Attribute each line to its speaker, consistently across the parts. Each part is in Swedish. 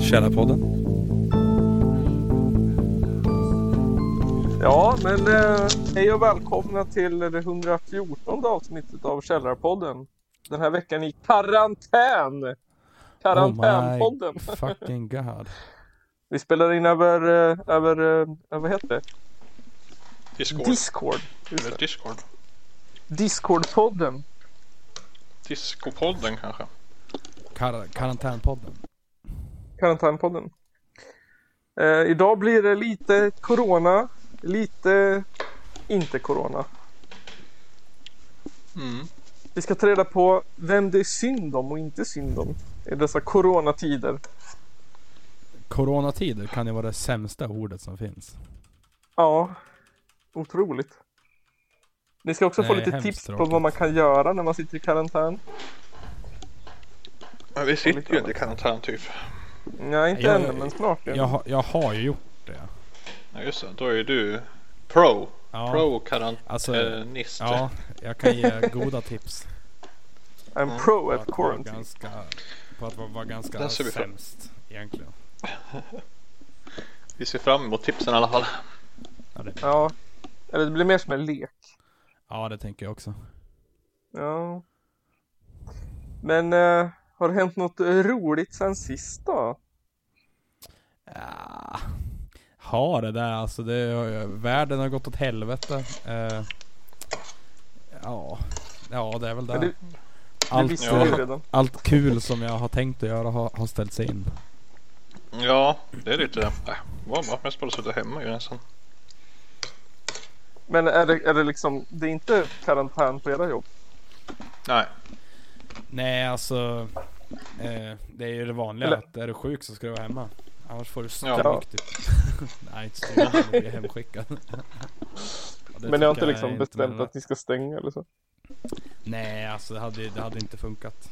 Speaker 1: Källarpodden.
Speaker 2: Ja, men eh, hej och välkomna till det 114 avsnittet av Källarpodden. Den här veckan i karantän! Karantänpodden.
Speaker 3: Oh my fucking god.
Speaker 2: Vi spelar in över, eh, över, eh, vad heter det?
Speaker 4: Discord.
Speaker 2: Discord. Just
Speaker 4: Eller
Speaker 2: det.
Speaker 4: Discord.
Speaker 2: Discordpodden.
Speaker 4: Discopodden kanske.
Speaker 3: Kar- karantänpodden.
Speaker 2: Karantänpodden. Eh, idag blir det lite corona, lite inte corona.
Speaker 4: Mm.
Speaker 2: Vi ska ta reda på vem det är synd om och inte synd om i dessa coronatider.
Speaker 3: Coronatider kan ju vara det sämsta ordet som finns.
Speaker 2: Ja, otroligt. Ni ska också få
Speaker 3: Nej,
Speaker 2: lite
Speaker 3: hemskt
Speaker 2: tips på
Speaker 3: tråkigt.
Speaker 2: vad man kan göra när man sitter i karantän.
Speaker 4: Men vi
Speaker 2: lite
Speaker 4: sitter ju inte i
Speaker 2: annat.
Speaker 4: karantän typ.
Speaker 2: Nej, inte
Speaker 3: Jag-
Speaker 2: än, men snart. Ja.
Speaker 3: Jag, har- jag har ju gjort det.
Speaker 4: Ja just det, då är ju du pro. eh,
Speaker 3: Ja, alltså,
Speaker 4: Pro-karantänist.
Speaker 3: ja, jag kan ge goda tips.
Speaker 2: I'm
Speaker 4: Mm.
Speaker 2: pro
Speaker 3: På
Speaker 2: at
Speaker 3: att, vara
Speaker 2: quarantine.
Speaker 3: ganska, på att vara ganska
Speaker 4: Den ser vi fram-
Speaker 3: sämst egentligen.
Speaker 4: Vi ser fram emot tipsen i alla fall.
Speaker 3: Ja det,
Speaker 2: Ja, eller det blir mer som en lek.
Speaker 3: ja, det tänker jag också.
Speaker 2: Ja. Men eh, har det hänt något roligt sen sist då?
Speaker 3: Ja, ha det där alltså. Det, har ju- världen har gått åt helvete. Eh, ja, ja, det är väl
Speaker 2: Men
Speaker 3: där.
Speaker 2: det, det
Speaker 3: Allt,
Speaker 2: visste
Speaker 4: Ja.
Speaker 2: vi ju redan.
Speaker 3: allt kul som jag har tänkt att göra har, har ställt sig in.
Speaker 4: Ja, det är lite... Äh, vad bra. Mest bara sitta hemma ju nästan.
Speaker 2: Men är det, är det liksom, det är inte karantän på era jobb?
Speaker 4: Nej.
Speaker 3: Nej, alltså. Eh, det är ju det vanliga
Speaker 2: Eller-
Speaker 3: att är du sjuk så ska du vara hemma. Annars får du stryk
Speaker 4: Ja.
Speaker 3: typ. Nej, inte stryk. Du blir hemskickad. Ja, det
Speaker 2: men ni har
Speaker 3: tycker
Speaker 2: inte
Speaker 3: jag
Speaker 2: liksom
Speaker 3: är
Speaker 2: bestämt
Speaker 3: med-
Speaker 2: att ni ska stänga eller så?
Speaker 3: Nej, alltså det hade, det hade inte funkat.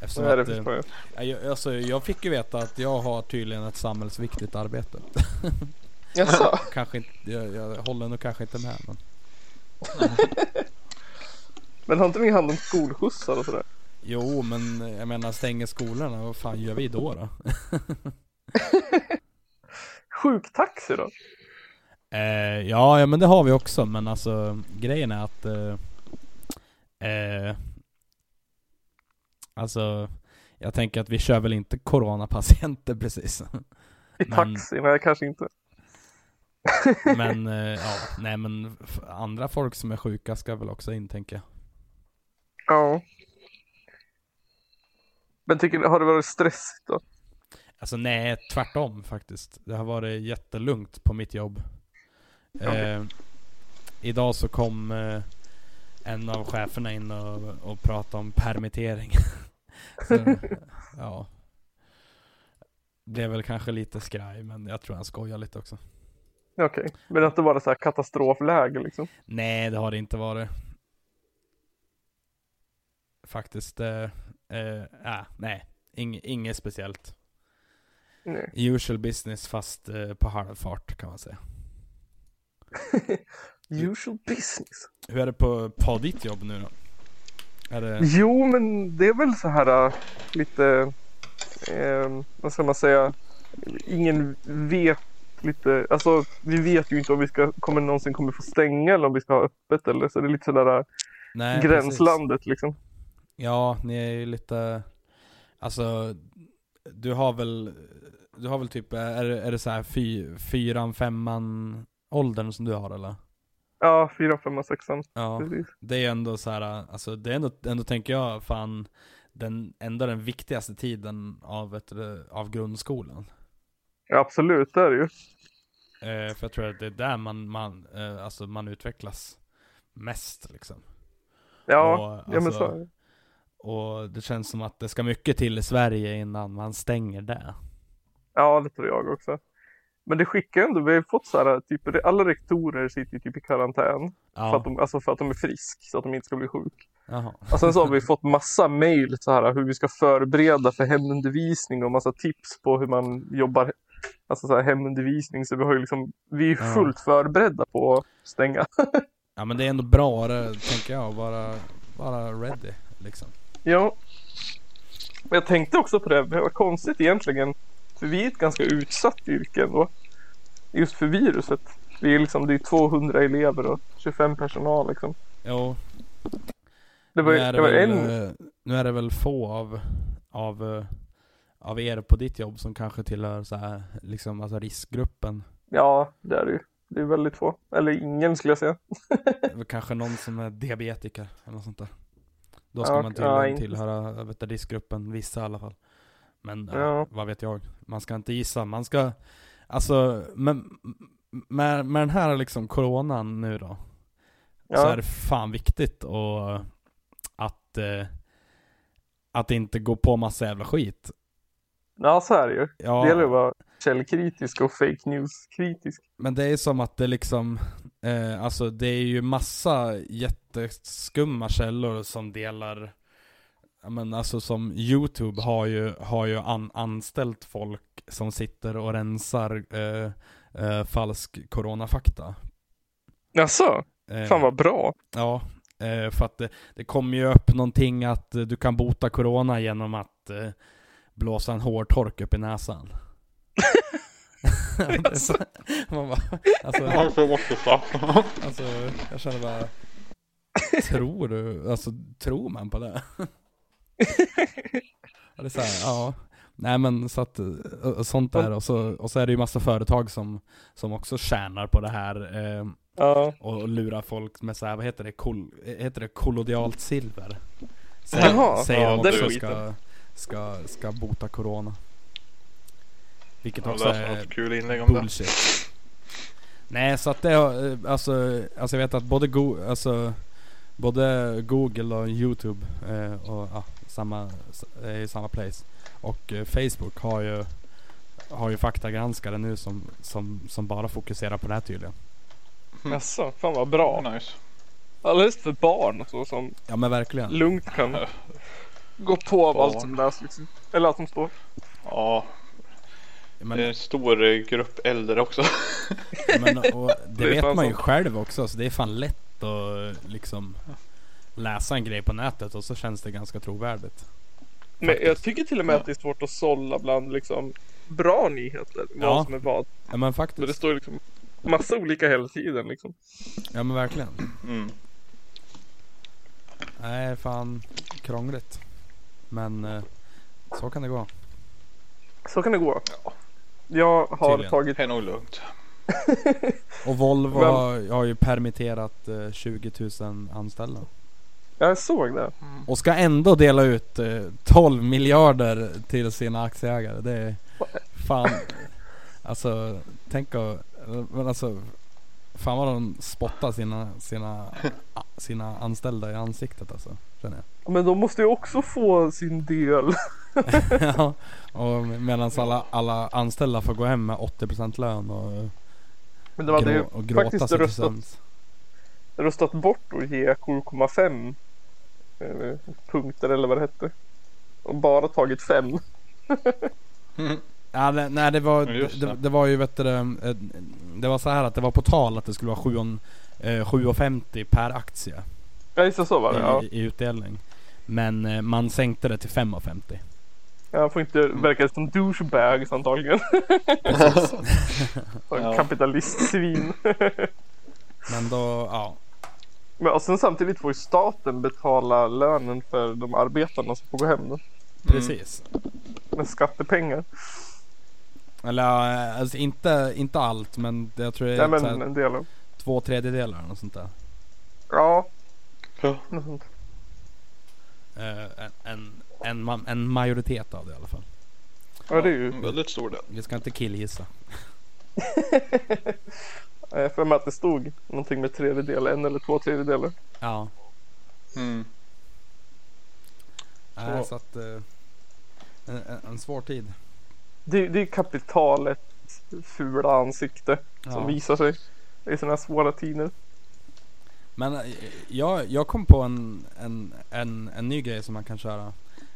Speaker 3: Eftersom
Speaker 2: Vad är det
Speaker 3: att,
Speaker 2: för
Speaker 3: eh,
Speaker 2: fråga?
Speaker 3: jag, alltså, jag fick ju veta att jag har tydligen ett samhällsviktigt arbete.
Speaker 2: Jaså?
Speaker 3: Kanske inte, jag, jag håller nog kanske inte med men.
Speaker 2: Men har inte ni hand om skolskjutsar och sådär?
Speaker 3: Jo men eh, jag menar stänger skolorna, vad fan gör vi då då?
Speaker 2: Sjuktaxi då?
Speaker 3: Eh, ja, ja men det har vi också men alltså grejen är att eh, eh, Alltså Jag tänker att vi kör väl inte coronapatienter precis
Speaker 2: I
Speaker 3: Men-
Speaker 2: taxi? Nej, kanske inte.
Speaker 3: Men eh, ja, nej men f- andra folk som är sjuka ska väl också in tänker jag
Speaker 2: Ja. Men tycker ni, har det varit stressigt då?
Speaker 3: Alltså nej, tvärtom faktiskt. Det har varit jättelugnt på mitt jobb. Eh, idag så kom eh, en av cheferna in och, och pratade om permittering. så, ja. Blev väl kanske lite skraj, men jag tror han skojar lite också.
Speaker 2: Okej, men att det var så här katastrofläge liksom?
Speaker 3: Nej, det har det inte varit. Faktiskt, eh, eh, ah, nej, Ing, inget speciellt.
Speaker 2: Nej.
Speaker 3: Usual business fast eh, på halvfart kan man säga.
Speaker 2: Usual business.
Speaker 3: Hur är det på, på ditt jobb nu då? Är det,
Speaker 2: Jo, men det är väl så här äh, lite, ehm, vad ska man säga, ingen vet lite, alltså vi vet ju inte om vi ska, kommer någonsin kommer få stänga eller om vi ska ha öppet eller så det är lite sådär äh,
Speaker 3: nej, Precis.
Speaker 2: gränslandet liksom.
Speaker 3: Ja, ni är ju lite, alltså du har väl, du har väl typ, är, det- är det så här fy, fyran, femman åldern som du har eller?
Speaker 2: Ja, fyra, femma, sexan.
Speaker 3: Ja,
Speaker 2: Precis.
Speaker 3: det är ju ändå så här, alltså det är ändå, ändå tänker jag fan den, ändå den viktigaste tiden av, vet du, av grundskolan.
Speaker 2: Ja, absolut, det är det ju.
Speaker 3: Eh, för jag tror att det är där man, man, eh, alltså man utvecklas mest liksom.
Speaker 2: Ja,
Speaker 3: Och,
Speaker 2: ja men
Speaker 3: alltså,
Speaker 2: så är det.
Speaker 3: Och det känns som att det ska mycket till i Sverige innan man stänger det.
Speaker 2: Ja, det tror jag också. Men det skickar ju ändå, vi har ju fått så här, typ, alla rektorer sitter ju typ i karantän. För, att
Speaker 3: Ja,
Speaker 2: de, alltså för att de är frisk, så att de inte ska bli sjuk.
Speaker 3: jaha.
Speaker 2: Och sen så har vi fått massa mejl så här hur vi ska förbereda för hemundervisning och massa tips på hur man jobbar alltså så här, hemundervisning. Så vi har ju liksom, vi är ju
Speaker 3: Ja.
Speaker 2: fullt förberedda på att stänga.
Speaker 3: ja men det är ändå bra det tänker jag att vara, Bara ready liksom.
Speaker 2: Ja. Jag tänkte också på det, det var konstigt egentligen. För vi är ett ganska utsatt yrke ändå. Just för viruset. Vi är liksom, det är 200 elever och 25 personal liksom.
Speaker 3: Jo,
Speaker 2: Det var,
Speaker 3: nu, är
Speaker 2: det var
Speaker 3: väl,
Speaker 2: en...
Speaker 3: eh, nu är det väl få av, av, eh, av er på ditt jobb som kanske tillhör så här, liksom, alltså riskgruppen.
Speaker 2: Ja, det är det ju. Det är väldigt få. Eller ingen skulle jag säga.
Speaker 3: Det är väl kanske någon som är diabetiker eller något sånt där. Då ska
Speaker 2: Ja,
Speaker 3: man
Speaker 2: ja,
Speaker 3: tydligen
Speaker 2: inte-
Speaker 3: tillhöra jag vet, inte, riskgruppen, vissa i alla fall. Men eh,
Speaker 2: Ja.
Speaker 3: vad vet jag, man ska inte gissa. Man ska, alltså, men, med, med den här liksom coronan nu då. så är
Speaker 2: Ja,
Speaker 3: det fan viktigt och att, eh, att inte gå på massa jävla skit.
Speaker 2: ja så är det ju.
Speaker 3: Ja,
Speaker 2: Det gäller att vara källkritisk och fake news-kritisk.
Speaker 3: men det är som att det liksom, eh, alltså det är ju massa jätteskumma källor som delar, ja, men alltså som YouTube har ju, har ju an, anställt folk som sitter och rensar eh, eh, falsk coronafakta.
Speaker 2: Jaså?
Speaker 3: Eh,
Speaker 2: Fan vad bra.
Speaker 3: Ja, eh, för att det, det kom ju upp någonting att eh, du kan bota corona genom att eh, blåsa en hårtork upp i näsan.
Speaker 2: Jaså?
Speaker 3: Man bara, alltså,
Speaker 4: Varför måste jag
Speaker 3: alltså, jag känner bara, tror du, alltså tror man på det? Ja, det är så här, ja. Nej men så att, eh, och sånt där och så, och så är det ju massa företag som, som också tjänar på det här. Eh,
Speaker 2: Ja.
Speaker 3: och lura folk med så här, vad heter det, kol, heter det kollodialt silver? Säger,
Speaker 2: Jaha.
Speaker 3: säger
Speaker 4: Ja,
Speaker 3: de
Speaker 4: det är
Speaker 3: också ska,
Speaker 2: skiten.
Speaker 3: ska, ska bota corona. Vilket
Speaker 4: Jag
Speaker 3: också
Speaker 4: läste
Speaker 3: är
Speaker 4: något kul inlägg om det.
Speaker 3: eh, bullshit. Nej så att det har, eh, alltså, alltså jag vet att både, go, alltså, både Google och Youtube eh, och ja, samma, s- är i samma place. Och eh, Facebook har ju, har ju faktagranskare nu som, som, som bara fokuserar på det här tydligen.
Speaker 2: Jaså? Fan vad bra.
Speaker 4: Ja, nice.
Speaker 2: Alldeles för barn och så som
Speaker 3: Ja men verkligen.
Speaker 2: lugnt kan gå på av allt
Speaker 4: Barn.
Speaker 2: som läs liksom. Eller allt som står.
Speaker 4: Ja,
Speaker 3: Men,
Speaker 4: det är en stor eh, grupp äldre också.
Speaker 3: Men, och det
Speaker 2: är
Speaker 3: vet
Speaker 2: fan
Speaker 3: man ju
Speaker 2: sant.
Speaker 3: själv också, så det är fan lätt att liksom läsa en grej på nätet och så känns det ganska trovärdigt.
Speaker 2: Men
Speaker 3: Faktiskt.
Speaker 2: jag tycker till och med att det är svårt att sålla bland liksom bra nyheter. Vad
Speaker 3: Ja.
Speaker 2: som är vad.
Speaker 3: Ja men
Speaker 2: Men det
Speaker 3: faktiskt,
Speaker 2: står ju liksom massa olika hela tiden liksom.
Speaker 3: ja men verkligen.
Speaker 4: Mm.
Speaker 3: Nej fan, krångligt. Men eh, så kan det gå.
Speaker 2: Så kan det gå. Jag har
Speaker 3: Tydligen.
Speaker 2: tagit...
Speaker 4: Det är nog lugnt.
Speaker 3: Och Volvo
Speaker 2: Vem-
Speaker 3: har- har ju permitterat eh, 20 000 anställda.
Speaker 2: Jag såg det.
Speaker 3: Och ska ändå dela ut eh, 12 miljarder till sina aktieägare. Det är fan. Alltså tänk att, men alltså. Fan vad de spottar sina, sina, sina anställda i ansiktet alltså. Känner jag.
Speaker 2: Men de måste ju också få sin del.
Speaker 3: ja, och medan alla, alla anställda får gå hem med 80% lön och,
Speaker 2: Men de hade ju
Speaker 3: grå, och gråta
Speaker 2: faktiskt
Speaker 3: sig till
Speaker 2: röstat,
Speaker 3: sömns.
Speaker 2: röstat bort och ge 7,5 eh, punkter eller vad det hette. Och bara tagit 5.
Speaker 3: Mm. Ja, nej, nej det var,
Speaker 4: Ja, just
Speaker 3: det. Det,
Speaker 4: det.
Speaker 3: var ju vet du, det, eh, det var så här att det var på tal att det skulle vara 7 och- eh, 7,50 per aktie.
Speaker 2: Ja just det, så var det. Ja.
Speaker 3: i, i utdelning. Men eh, man sänkte det till 5,50.
Speaker 2: Jag får inte
Speaker 3: Mm.
Speaker 2: verka som douchebags antagligen. Som
Speaker 4: Ja.
Speaker 2: Kapitalistsvin.
Speaker 3: Men då, ja.
Speaker 2: Men och sen samtidigt får ju staten betala lönen för de arbetarna som får gå hem då.
Speaker 3: Precis.
Speaker 2: Med skattepengar.
Speaker 3: Eller eh, alltså inte, inte allt men det- jag tror det är
Speaker 2: Nej
Speaker 3: så
Speaker 2: men
Speaker 3: här,
Speaker 2: en del av.
Speaker 3: två tredjedelar eller något sånt där.
Speaker 2: Ja.
Speaker 4: Ja.
Speaker 2: något sånt.
Speaker 3: Eh, en, en, en, ma- en majoritet av det i alla fall.
Speaker 2: Ja det är ju.
Speaker 3: Mm.
Speaker 4: en Väldigt stor del.
Speaker 3: Vi ska inte killgissa.
Speaker 2: Jag har för mig att det stod någonting med tredjedel, en eller två tredjedelar.
Speaker 3: Ja.
Speaker 4: Mm.
Speaker 3: Nej,
Speaker 2: Så.
Speaker 3: så att, eh, en, en- en svår tid.
Speaker 2: Det, det är kapitalets fula ansikte som
Speaker 3: Ja.
Speaker 2: visar sig i sådana här svåra tider.
Speaker 3: Men eh, jag, jag kom på en, en, en, en ny grej som man kan köra.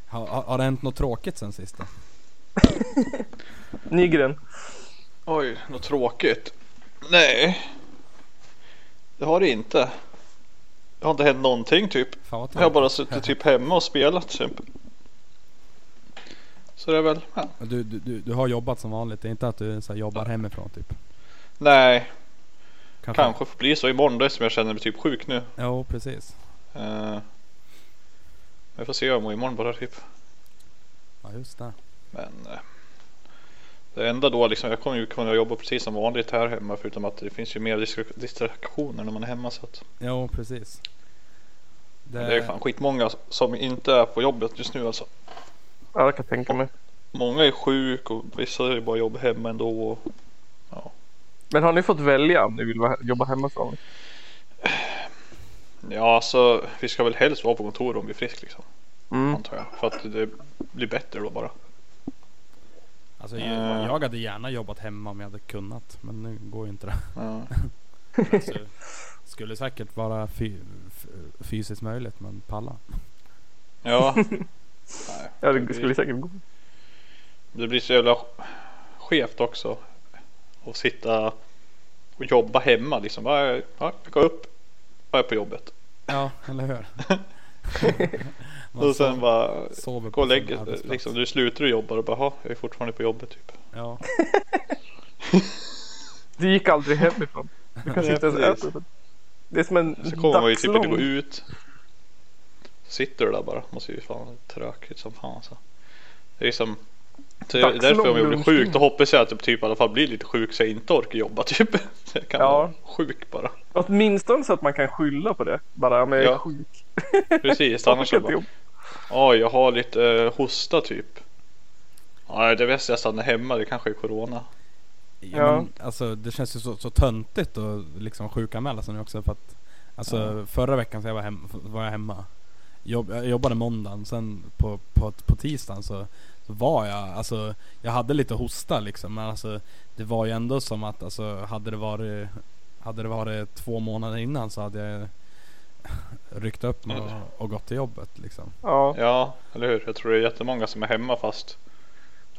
Speaker 3: Har, har har det hänt något tråkigt sen sist? då?
Speaker 2: Nygren.
Speaker 4: Oj, något tråkigt. Nej. Det har det inte. har inte hänt någonting typ.
Speaker 3: Fan vad
Speaker 4: Jag har
Speaker 3: tråkigt.
Speaker 4: bara suttit typ hemma och spelat typ. Så det är väl, ja.
Speaker 3: du, du, du, du har jobbat som vanligt. Det är inte att du så här, jobbar hemifrån typ.
Speaker 4: nej, kanske får bli så imorgon då som jag känner mig typ sjuk nu.
Speaker 3: Jo, precis.
Speaker 4: Eh, jag får se hur jag mår imorgon bara typ.
Speaker 3: Ja, just det.
Speaker 4: Men eh, det enda då liksom, jag kommer ju kunna jobba precis som vanligt här hemma förutom att det finns ju mer distra- distraktioner när man är hemma så att
Speaker 3: Jo, precis.
Speaker 4: Men det är fan skitmånga som inte är på jobbet just nu alltså.
Speaker 2: Ja, det kan jag tänka mig.
Speaker 4: Många är sjuk och vissa är bara jobb hemma ändå. Och...
Speaker 2: Men har ni fått välja om ni vill vara- jobba hemifrån?
Speaker 4: Ja alltså vi ska väl helst vara på kontoret om vi är friska liksom.
Speaker 2: Mm.
Speaker 4: Antar jag. För att det blir bättre då bara.
Speaker 3: Alltså, jag,
Speaker 4: Eh.
Speaker 3: jag hade gärna jobbat hemma om jag hade kunnat. Men nu går ju inte det.
Speaker 4: Ja.
Speaker 3: Alltså, skulle säkert vara fy, f, fysiskt möjligt men palla.
Speaker 4: Ja. Nej,
Speaker 2: Ja,
Speaker 4: det
Speaker 2: det skulle
Speaker 4: blir-
Speaker 2: säkert gå.
Speaker 4: Det blir så jävla skevt också. Att sitta och jobba hemma liksom. Bara, ja, jag går upp och är på jobbet.
Speaker 3: Ja, eller hur? Man
Speaker 4: Och sen
Speaker 3: so-
Speaker 4: bara
Speaker 3: sover
Speaker 4: gå och
Speaker 3: sin
Speaker 4: lägger
Speaker 3: arbetsplats.
Speaker 4: liksom, Du slutar och jobbar och bara "Ha, jag är fortfarande på jobbet typ.
Speaker 3: Ja,
Speaker 2: Du gick aldrig hemifrån. Du kanske
Speaker 4: Ja,
Speaker 2: inte ens
Speaker 4: precis.
Speaker 2: äter. Det är som en
Speaker 4: Så kommer man ju typ inte
Speaker 2: dagslång-
Speaker 4: gå ut. Så sitter du där bara. Måste ju fan tråkigt som fan så. Det är liksom. Så jag,
Speaker 2: Dagslång
Speaker 4: därför om jag blir
Speaker 2: lunchtimme.
Speaker 4: sjuk då hoppas jag att jag typ i alla fall blir lite sjuk så jag inte orkar jobba typ. Så jag kan
Speaker 2: Ja.
Speaker 4: vara sjuk bara.
Speaker 2: Åtminstone så att man kan skylla på det. Bara, ja, men jag är
Speaker 4: Ja.
Speaker 2: sjuk.
Speaker 4: Precis annars så
Speaker 2: Jag kan inte
Speaker 4: bara.
Speaker 2: jobba.
Speaker 4: Oj jag har lite eh, hosta typ. Ja det är bäst jag stannar hemma det kanske är corona.
Speaker 3: ja.
Speaker 2: Ja.
Speaker 3: Men, alltså, det känns ju så, så töntigt att liksom sjukanmäla sig nu också för att Alltså förra veckan så jag var, hem, var jag hemma Jobb, Jag jobbade måndagen sen på, på, på tisdagen så, så var jag alltså Jag hade lite hosta liksom men alltså Det var ju ändå som att alltså hade det varit Hade det varit två månader innan så hade jag Ryckt upp mig
Speaker 4: Mm.
Speaker 3: och, och gått till jobbet liksom
Speaker 2: Ja.
Speaker 4: Ja eller hur. Jag tror det är jättemånga som är hemma fast.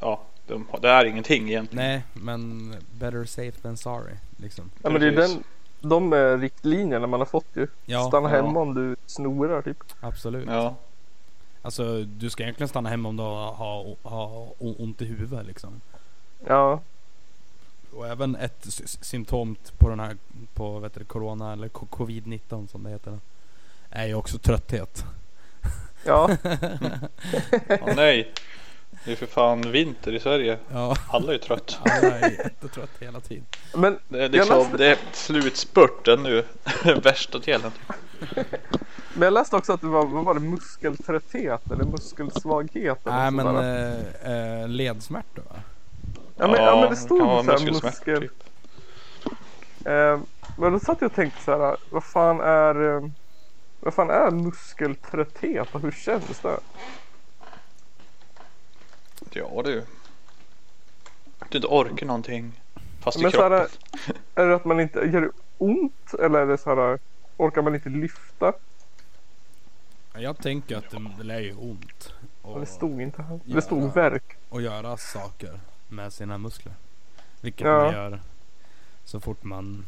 Speaker 4: Ja de, det är ingenting egentligen.
Speaker 3: Nej men better safe than sorry liksom
Speaker 2: ja, men det är
Speaker 4: precis.
Speaker 2: den, de eh, riktlinjerna man har fått ju.
Speaker 3: Ja
Speaker 2: Stanna
Speaker 4: ja.
Speaker 2: hemma om du snorar typ.
Speaker 3: absolut
Speaker 4: Ja.
Speaker 3: Alltså du ska egentligen stanna hemma om du har, har, har o- ont i huvudet liksom.
Speaker 2: Ja,
Speaker 3: Och även ett sy- sy- symptom på den här, på vet du, Corona eller co- Covid-19 som det heter. Är ju också trötthet.
Speaker 2: ja.
Speaker 4: Åh, nej. Det är för fan vinter i Sverige.
Speaker 3: Ja,
Speaker 4: Alla är ju trött.
Speaker 3: alla är jättetrött hela tiden.
Speaker 2: Men
Speaker 4: Det är, liksom,
Speaker 2: Jag läste-
Speaker 4: det är slutspurten nu. Den värsta delen.
Speaker 2: Men jag läste också att det var, vad var det, muskeltrötthet eller muskelsvaghet? Eller
Speaker 3: Nej
Speaker 2: något
Speaker 3: men
Speaker 2: sånt där.
Speaker 3: eh, eh, ledsmärtor va?
Speaker 2: ja, men, ja, men det stod
Speaker 4: kan
Speaker 2: så
Speaker 4: vara typ.
Speaker 2: här
Speaker 4: muskelsmärtor,
Speaker 2: muskel.
Speaker 4: typ.
Speaker 2: Eh, men då satt jag och tänkte så här, vad fan är, eh, vad fan är muskeltrötthet och hur känns det?
Speaker 4: Ja du. Du inte orkar någonting. Fast i
Speaker 2: Men så här,
Speaker 4: kroppen.
Speaker 2: är det att man inte, gör det ont eller är det så här, orkar man inte lyfta?
Speaker 3: Jag tänker att det, det lär ju ont.
Speaker 2: Och det
Speaker 3: Och,
Speaker 2: stod inte här.
Speaker 3: Ja,
Speaker 2: Det stod
Speaker 3: ja.
Speaker 2: verk.
Speaker 3: och göra saker med sina muskler. Vilket
Speaker 2: Ja.
Speaker 3: man gör så fort man...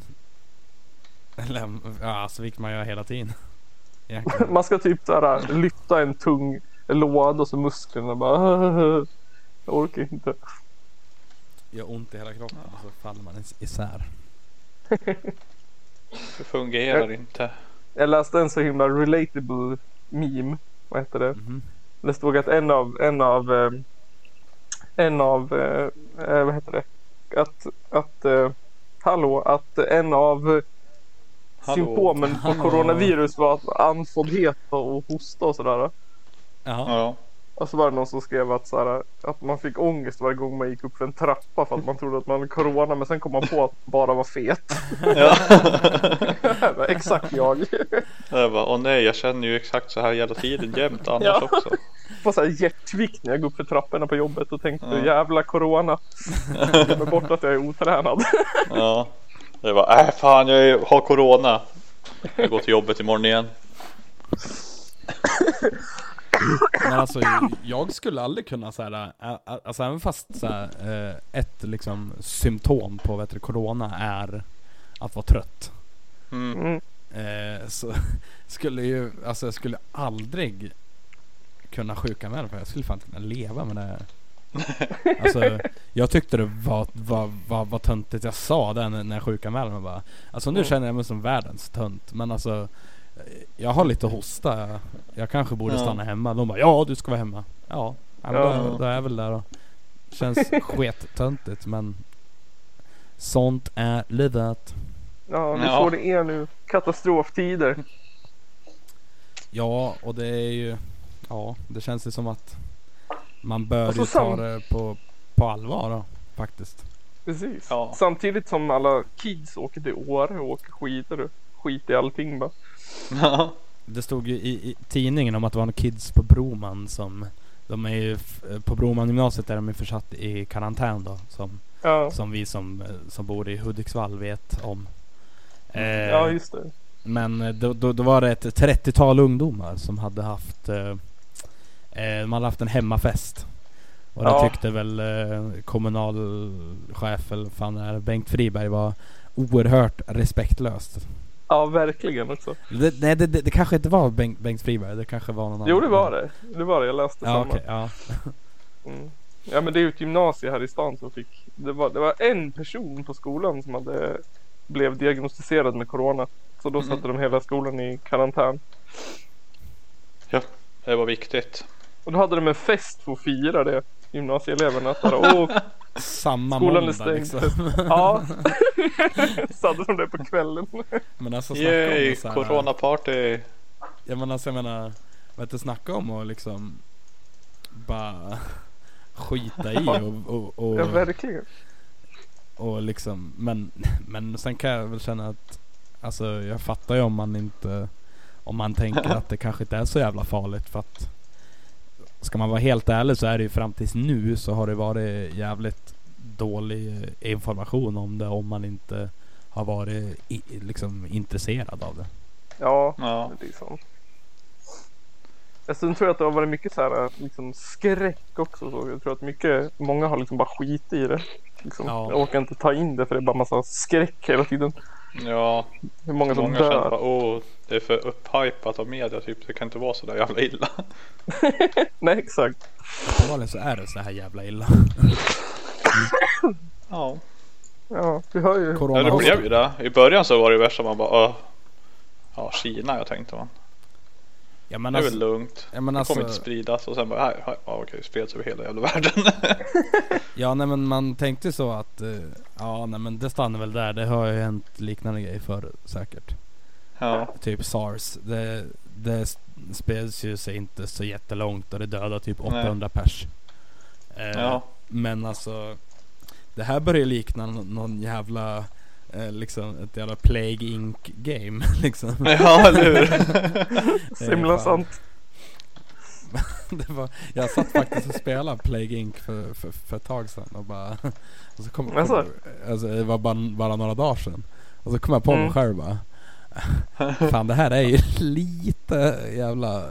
Speaker 3: Eller ja, alltså vilket man gör hela tiden. Egentligen.
Speaker 2: Man ska typ så här, lyfta en tung låda och så musklerna bara, jag orkar inte.
Speaker 3: gör ont i hela kroppen och så faller man is- isär.
Speaker 4: Det fungerar inte.
Speaker 2: Jag läste en så himla relatable meme. Vad heter det?
Speaker 3: Mhm.
Speaker 2: Det stod att en av, en av, eh, en av, eh, eh, vad heter det? Att, att, eh, hallå, att en av eh,
Speaker 4: Hallå.
Speaker 2: symptomen på
Speaker 3: Hallå.
Speaker 2: coronavirus var att andfåddhet och hosta och sådär.
Speaker 3: Jaha.
Speaker 4: Ja.
Speaker 2: Och så var det någon som skrev att, såhär, att man fick ångest varje gång man gick upp för en trappa för att man trodde att man hade corona men sen kom man på att man bara var fet.
Speaker 4: ja.
Speaker 2: Exakt jag.
Speaker 4: Jag bara, åh nej jag känner ju exakt så här hela tiden jämt annars
Speaker 2: Ja.
Speaker 4: också.
Speaker 2: på så här hjärtsvikt när jag går upp för trapporna på jobbet och tänkte
Speaker 4: Ja.
Speaker 2: jävla corona. Glömmer bort att jag är otränad.
Speaker 4: Ja. Det var, äh fan jag är- har corona. Jag går till jobbet imorgon igen.
Speaker 3: Men alltså jag skulle aldrig kunna så här, ä- ä- alltså även fast så här, eh, ett liksom symptom på vet du, corona är att vara trött.
Speaker 4: Mm.
Speaker 2: Mm.
Speaker 3: Eh, så skulle ju, alltså jag skulle aldrig kunna sjukanmäla för jag skulle fan inte kunna leva med det. här. Alltså jag tyckte det var, var, var, var töntigt jag sa det när när jag sjukanmälde mig bara. Alltså nu
Speaker 2: Mm.
Speaker 3: känner jag mig som världens tönt men alltså eh, jag har lite hosta. Jag, jag kanske borde
Speaker 4: Ja.
Speaker 3: stanna hemma. De bara ja du ska vara hemma. Ja, ja, men
Speaker 2: Ja.
Speaker 3: Då, då är jag väl där då. Känns skittöntigt men sånt är livet.
Speaker 2: Ja, det är
Speaker 4: Ja.
Speaker 2: så det är nu. Katastroftider.
Speaker 3: Ja, och det är ju... Ja, det känns ju som att man bör
Speaker 2: Och så
Speaker 3: ju ta
Speaker 2: sam-
Speaker 3: det på, på allvar då, faktiskt.
Speaker 2: Precis.
Speaker 4: Ja.
Speaker 2: Samtidigt som alla kids åker till Åre och åker skidor och skiter i allting bara.
Speaker 4: Ja.
Speaker 3: Det stod ju i, i tidningen om att det var några kids på Broman som... De är ju, f- på Broman gymnasiet är de ju försatt i karantän då, som,
Speaker 2: Ja,
Speaker 3: som vi som, eh, som bor i Hudiksvall vet om. Eh,
Speaker 2: Mm. ja just det.
Speaker 3: Men eh, då, då, då var det ett 30-tal ungdomar som hade haft eh, eh, De hade haft en hemmafest Och det
Speaker 2: Ja.
Speaker 3: tyckte väl eh, kommunalchef eller fan det är, Bengt Friberg var oerhört respektlöst
Speaker 2: Ja, verkligen också.
Speaker 3: det, Nej det, det, det kanske inte var Bengt, Bengt Friberg, det kanske var någon annan
Speaker 2: Jo, det var det. Det var det. Jag läste
Speaker 3: Ja
Speaker 2: samma.
Speaker 3: okej, ja
Speaker 2: Mm. Ja men det är ju ett gymnasium här i stan som fick. Det var, det var en person på skolan som hade blev diagnostiserad med corona. Så då
Speaker 4: Mhm.
Speaker 2: satte de hela skolan i karantän.
Speaker 4: Det var viktigt.
Speaker 2: Och då hade de en fest för att fira det. Gymnasieeleverna. Att bara, Åh,
Speaker 3: Samma
Speaker 2: skolan är
Speaker 3: måndag
Speaker 2: stängd.
Speaker 3: liksom
Speaker 2: ja. så hade de det på kvällen.
Speaker 3: Men alltså snacka om
Speaker 4: Yay,
Speaker 3: att så här-
Speaker 4: coronaparty.
Speaker 3: Ja men alltså jag menar, vad heter snacka om och liksom bara skita i och, och,
Speaker 2: Ja
Speaker 3: och,
Speaker 2: verkligen.
Speaker 3: och liksom men, men sen kan jag väl känna att Alltså jag fattar ju om man inte Om man tänker att det kanske inte är så jävla farligt för att Ska man vara helt ärlig så är det ju fram tills nu så har det varit jävligt dålig information om det om man inte har varit i, liksom intresserad av det.
Speaker 2: Ja.
Speaker 4: Ja.
Speaker 2: Men Det är sant. Jag sen tror jag att det har varit mycket så här, liksom skräck också. Så jag tror att mycket, många har liksom bara skit i det. Liksom,
Speaker 3: Ja.
Speaker 2: Jag orkar inte ta in det för det är bara massa skräck hela tiden.
Speaker 4: ja,
Speaker 2: Hur många som
Speaker 4: många kände
Speaker 2: dör.
Speaker 4: bara åh, det är för upphypat av media typ. Det kan inte vara så där jävla illa.
Speaker 2: Nej exakt.
Speaker 3: Uppenbarligen så är det så här jävla illa.
Speaker 4: Ja,
Speaker 2: Ja, vi hör ju.
Speaker 4: ja det
Speaker 3: Corona
Speaker 4: blev ju det. I början så var det värsta man bara "Åh, Ja, Kina jag tänkte man.
Speaker 3: Ja men
Speaker 4: Det är
Speaker 3: alltså,
Speaker 4: väl lugnt.
Speaker 3: Ja men
Speaker 4: Det
Speaker 3: alltså,
Speaker 4: kommer inte spridas och sen bara, här, här, ja, okej, spreds över hela jävla världen.
Speaker 3: ja nej men man tänkte ju så att, eh, ja nej men det stannar väl där. Det har ju hänt liknande grejer förr säkert.
Speaker 4: ja,
Speaker 3: Typ sars. Det, det s- spreds ju sig inte så jättelångt och det dödade typ 800 pers. Eh,
Speaker 4: ja,
Speaker 3: Men alltså, det här börjar likna någon, någon jävla, eh, liksom ett jävla Plague Inc game liksom.
Speaker 4: ja eller hur.
Speaker 3: Eh,
Speaker 2: Så himla
Speaker 3: fan.
Speaker 2: sant.
Speaker 3: det var, jag satt faktiskt och spelade Plague Inc för, för, för ett tag sedan och bara... Och så kom,
Speaker 2: Alltså?
Speaker 3: alltså, det var bara, bara några dagar sedan. Och så kom jag på mig
Speaker 2: Mm.
Speaker 3: själv bara... Fan det här är ju lite jävla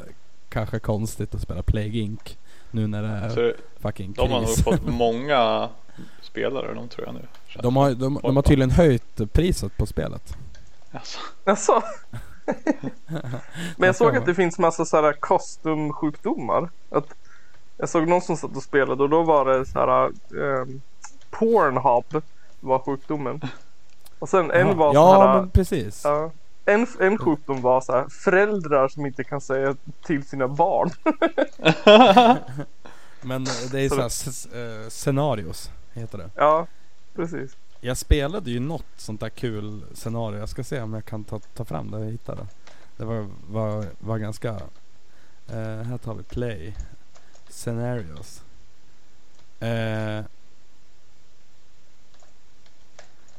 Speaker 3: kanske konstigt att spela Plague Inc. Nu när det
Speaker 4: Så
Speaker 2: Alltså,
Speaker 3: är
Speaker 4: det-
Speaker 3: fucking
Speaker 4: de har nog
Speaker 3: kris.
Speaker 4: fått många spelare de tror jag nu.
Speaker 3: De har, de, de har tydligen höjt priset på spelet.
Speaker 4: Alltså,
Speaker 2: Alltså. Men jag såg
Speaker 3: kan
Speaker 2: att det finns massa så här kostumsjukdomar. Att jag såg någon som satt och spelade och då var det så här ehm, Pornhub var sjukdomen. Och sen en var så
Speaker 3: ja
Speaker 2: här.
Speaker 3: men precis.
Speaker 2: Ja. En, en sjukdom var så här, föräldrar som inte kan säga till sina barn.
Speaker 3: Men det är så här, s- eh, scenarios heter det.
Speaker 2: Ja, precis.
Speaker 3: Jag spelade ju något sånt där kul scenario. Jag ska se om jag kan ta, ta fram det och hitta det. Det var, var, var ganska... Eh, här tar vi play. Scenarios. Eh,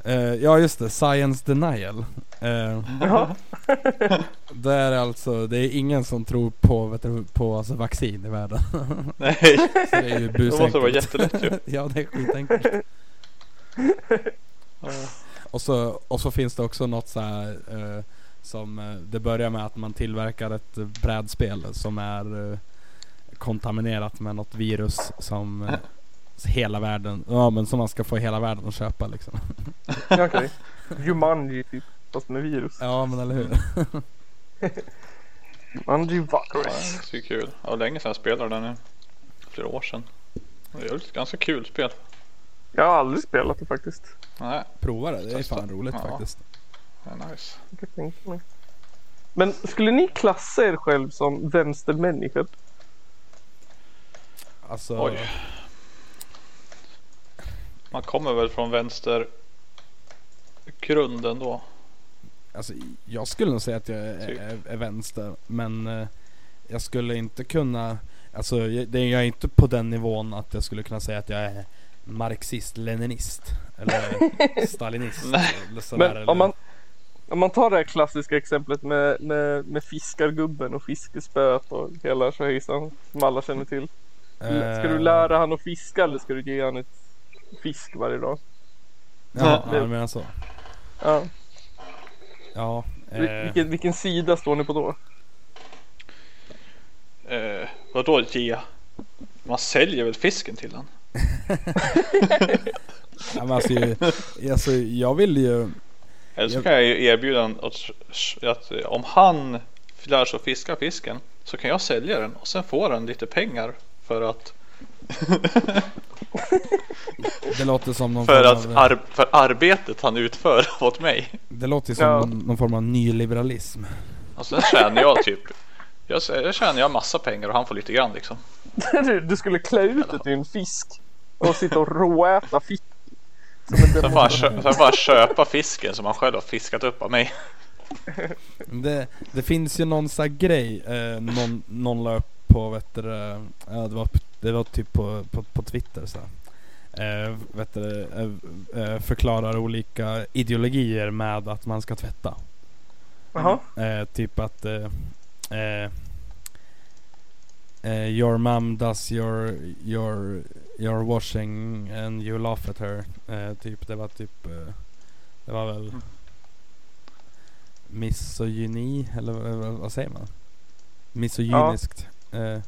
Speaker 3: eh, ja just det, science denial. Eh,
Speaker 2: Ja,
Speaker 3: det är alltså, det är ingen som tror på, vet du, på alltså vaccin i världen.
Speaker 4: nej,
Speaker 3: Så det är ju
Speaker 4: det måste vara
Speaker 3: busenkelt.
Speaker 4: jättelätt ju.
Speaker 3: ja det är skitenkelt.
Speaker 4: Ja.
Speaker 3: Och så, och så finns det också något så här eh, som eh, det börjar med att man tillverkar ett eh, brädspel som är eh, kontaminerat med något virus som eh, hela världen, ja men som man ska få hela världen att köpa liksom.
Speaker 2: okej. Jumanji typ. fast med virus.
Speaker 3: Ja men eller hur.
Speaker 4: Ja,
Speaker 2: Antivirus.
Speaker 4: det är kul. Ja, länge sedan jag spelade den nu. Flera år sedan. Det är ett ganska kul spel.
Speaker 2: Jag har aldrig spelat det faktiskt.
Speaker 4: Nej,
Speaker 3: Prova det, det är fan roligt
Speaker 4: Ja.
Speaker 3: faktiskt.
Speaker 4: det är nice.
Speaker 2: Jag kan tänka mig. Men skulle ni klassa er själv som vänstermänniskor?
Speaker 3: Alltså,
Speaker 4: Oj. Man kommer väl från vänster grunden då.
Speaker 3: alltså jag skulle nog säga att jag är,
Speaker 4: Typ.
Speaker 3: är, är vänster. Men eh, jag skulle inte kunna, alltså jag, det, jag är inte på den nivån att jag skulle kunna säga att jag är marxist-leninist. Eller stalinist.
Speaker 4: Nej.
Speaker 3: eller sådär,
Speaker 2: Men
Speaker 3: eller-
Speaker 2: om man, om man tar det här klassiska exemplet med, med, med fiskargubben och fiskespöet och hela tjohejsan som alla känner till. Ska du
Speaker 3: Eh,
Speaker 2: lära han att fiska eller ska du ge han ett fisk varje dag?
Speaker 3: Ja,
Speaker 2: Nej.
Speaker 3: ja du menar så.
Speaker 2: Ja.
Speaker 3: Ja.
Speaker 2: Vil-
Speaker 3: Eh,
Speaker 2: Vilken, vilken sida står ni på då?
Speaker 4: Eh, vadå ge? Man säljer väl fisken till den?
Speaker 3: ja, men alltså, ju- alltså, jag vill ju...
Speaker 4: Eller så
Speaker 3: Jag-
Speaker 4: kan jag ju erbjuda den att, att eh, om han lär sig att fiska fisken så kan jag sälja den och sen får han lite pengar för att,
Speaker 3: Det låter som någon
Speaker 4: för
Speaker 3: form
Speaker 4: att
Speaker 3: av...
Speaker 4: ar, för arbetet han utför åt mig.
Speaker 3: Det låter som
Speaker 2: Ja.
Speaker 3: någon, någon form av nyliberalism.
Speaker 4: Och sen tjänar jag typ, jag, jag tjänar jag massa pengar och han får lite grann liksom.
Speaker 2: Du, du skulle klä ut det till en fisk och sitta och råäta fisk. Som en
Speaker 4: Sen
Speaker 2: demon.
Speaker 4: får han, kö, sen får han köpa fisken som han själv har fiskat upp av mig.
Speaker 3: Det, det finns ju någon sån här grej, eh, någon, någon la upp på vet du, det, ja, det, var, det var typ på, på, på Twitter så här. eh, vet du, det, eh, eh, Förklarar olika ideologier med att man ska tvätta.
Speaker 2: Jaha.
Speaker 3: Eh, typ att eh, eh, eh, Your mom does your, your, your washing and you laugh at her. Eh, typ, det var typ eh, Det var väl Misogyni eller vad- vad- vad säger man? Misogyniskt. Eh,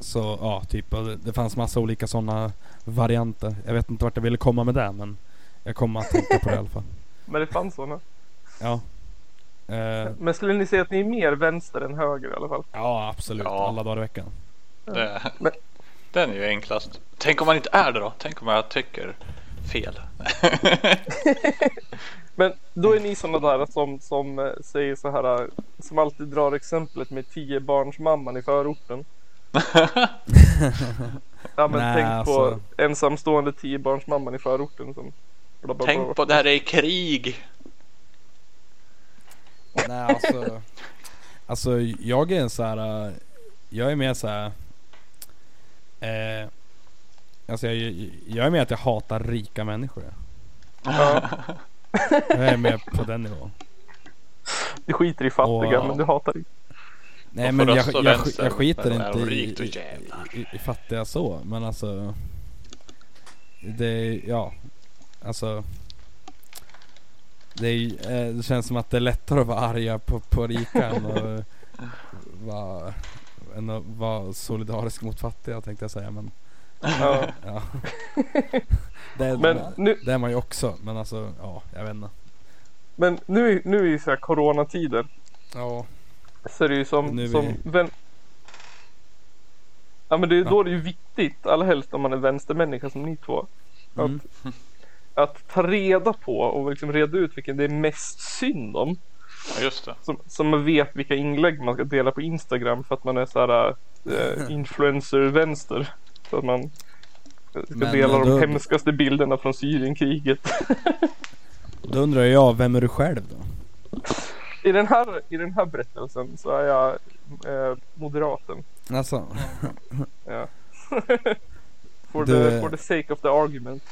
Speaker 3: så ja, typ och det, det fanns massa olika sådana varianter. Jag vet inte vart jag ville komma med det men jag kommer att tänka på det i alla fall.
Speaker 2: Men det fanns sådana.
Speaker 3: Ja. Eh,
Speaker 2: Men skulle ni säga att ni är mer vänster än höger i alla fall?
Speaker 3: Ja, absolut.
Speaker 4: Ja.
Speaker 3: Alla dagar i veckan.
Speaker 4: Det,
Speaker 2: Men-
Speaker 4: den är ju enklast. Tänk om man inte är det då? Tänk om jag tycker fel?
Speaker 2: Men då är ni sådana där som, som eh, säger så här, eh, som alltid drar exemplet med tiobarnsmamman i förorten. ja men
Speaker 3: Nej,
Speaker 2: tänk
Speaker 3: alltså.
Speaker 2: på ensamstående tiobarnsmamman i förorten som bla, bla, bla.
Speaker 4: Tänk på det här är krig.
Speaker 3: Nej, alltså. alltså, jag är en så här. äh, Jag är mer så här. Eh, alltså, jag, jag är mer att jag hatar rika människor.
Speaker 2: Ja,
Speaker 3: Jag är mer på den nivån.
Speaker 2: du skiter i fattiga
Speaker 3: Wow.
Speaker 2: men du hatar det.
Speaker 3: Nej,
Speaker 4: Och
Speaker 3: men
Speaker 4: får
Speaker 3: jag,
Speaker 4: rösta
Speaker 3: jag, jag,
Speaker 4: vänster,
Speaker 3: jag skiter
Speaker 4: men är de
Speaker 3: inte i,
Speaker 4: rikt och
Speaker 3: i,
Speaker 4: jävlar.
Speaker 3: i, i fattiga så. Men alltså. Det är, ja. Alltså. Det, är, ju- eh, det känns som att det är lättare att vara arga på, på rika än att, vara, än att vara solidarisk mot fattiga tänkte jag säga. Men
Speaker 2: Ja.
Speaker 3: ja. Det är,
Speaker 2: Men nu,
Speaker 3: det är man ju också. Men alltså ja, jag vet inte.
Speaker 2: men nu, nu är det så här coronatider.
Speaker 3: Ja.
Speaker 2: Så är det ju
Speaker 3: Nu är
Speaker 2: som,
Speaker 3: vi-
Speaker 2: som vän... Ja men det är
Speaker 3: Ja.
Speaker 2: då det är ju viktigt, allra helst om man är vänstermänniska som ni två.
Speaker 3: Mm.
Speaker 2: att ta reda på och liksom reda ut vilken det är mest synd om.
Speaker 4: Ja, just det.
Speaker 2: Som, som man vet vilka inlägg man ska dela på Instagram för att man är så här eh, influencer-vänster. Så att man eh, ska
Speaker 3: Men
Speaker 2: dela
Speaker 3: då-
Speaker 2: de hemskaste bilderna från Syrienkriget.
Speaker 3: Då undrar jag, vem är du själv då?
Speaker 2: I den här, I den här berättelsen så är jag eh, moderaten.
Speaker 3: Alltså.
Speaker 2: Ja. for,
Speaker 3: Du-
Speaker 2: the, for the sake of the argument.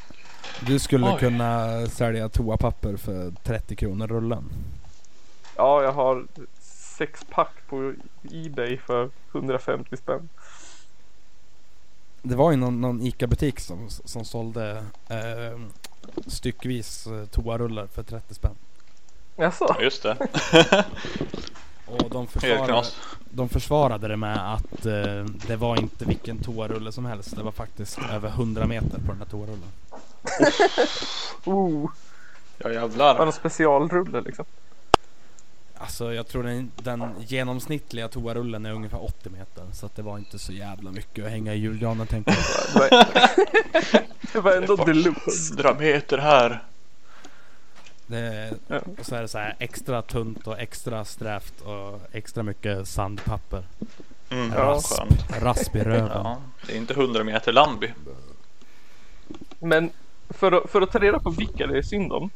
Speaker 3: Du skulle
Speaker 4: Oj.
Speaker 3: kunna sälja toapapper för 30 kronor rullen.
Speaker 2: Ja, jag har sex pack på Ebay för 150 spänn.
Speaker 3: Det var ju någon, någon ICA-butik som, som sålde eh, styckvis eh, toarullar för 30 spänn.
Speaker 2: Jaså?
Speaker 4: Ja, just det.
Speaker 3: Och de
Speaker 4: Helt
Speaker 3: försvarade,
Speaker 4: knas.
Speaker 3: de försvarade det med att eh, det var inte vilken toarulle som helst. Det var faktiskt över 100 meter på den här toarullen.
Speaker 2: Oh.
Speaker 4: Ja
Speaker 2: Var det
Speaker 4: jävlar.
Speaker 2: någon specialrulle liksom?
Speaker 3: Alltså jag tror den, den genomsnittliga toarullen är ungefär 80 meter. Så att det var inte så jävla mycket att hänga i julgranen tänkte jag.
Speaker 2: Det var, det var ändå deluxe.
Speaker 4: 100 meter här.
Speaker 3: Det,
Speaker 2: Ja.
Speaker 3: och så är det så här extra tunt och extra strävt och extra mycket sandpapper.
Speaker 4: Mm,
Speaker 2: Ja.
Speaker 4: ja, skönt.
Speaker 3: Rasp i röven.
Speaker 4: Ja, det är inte 100 meter Landby.
Speaker 2: Men för att, för att ta reda på vilka det är synd om.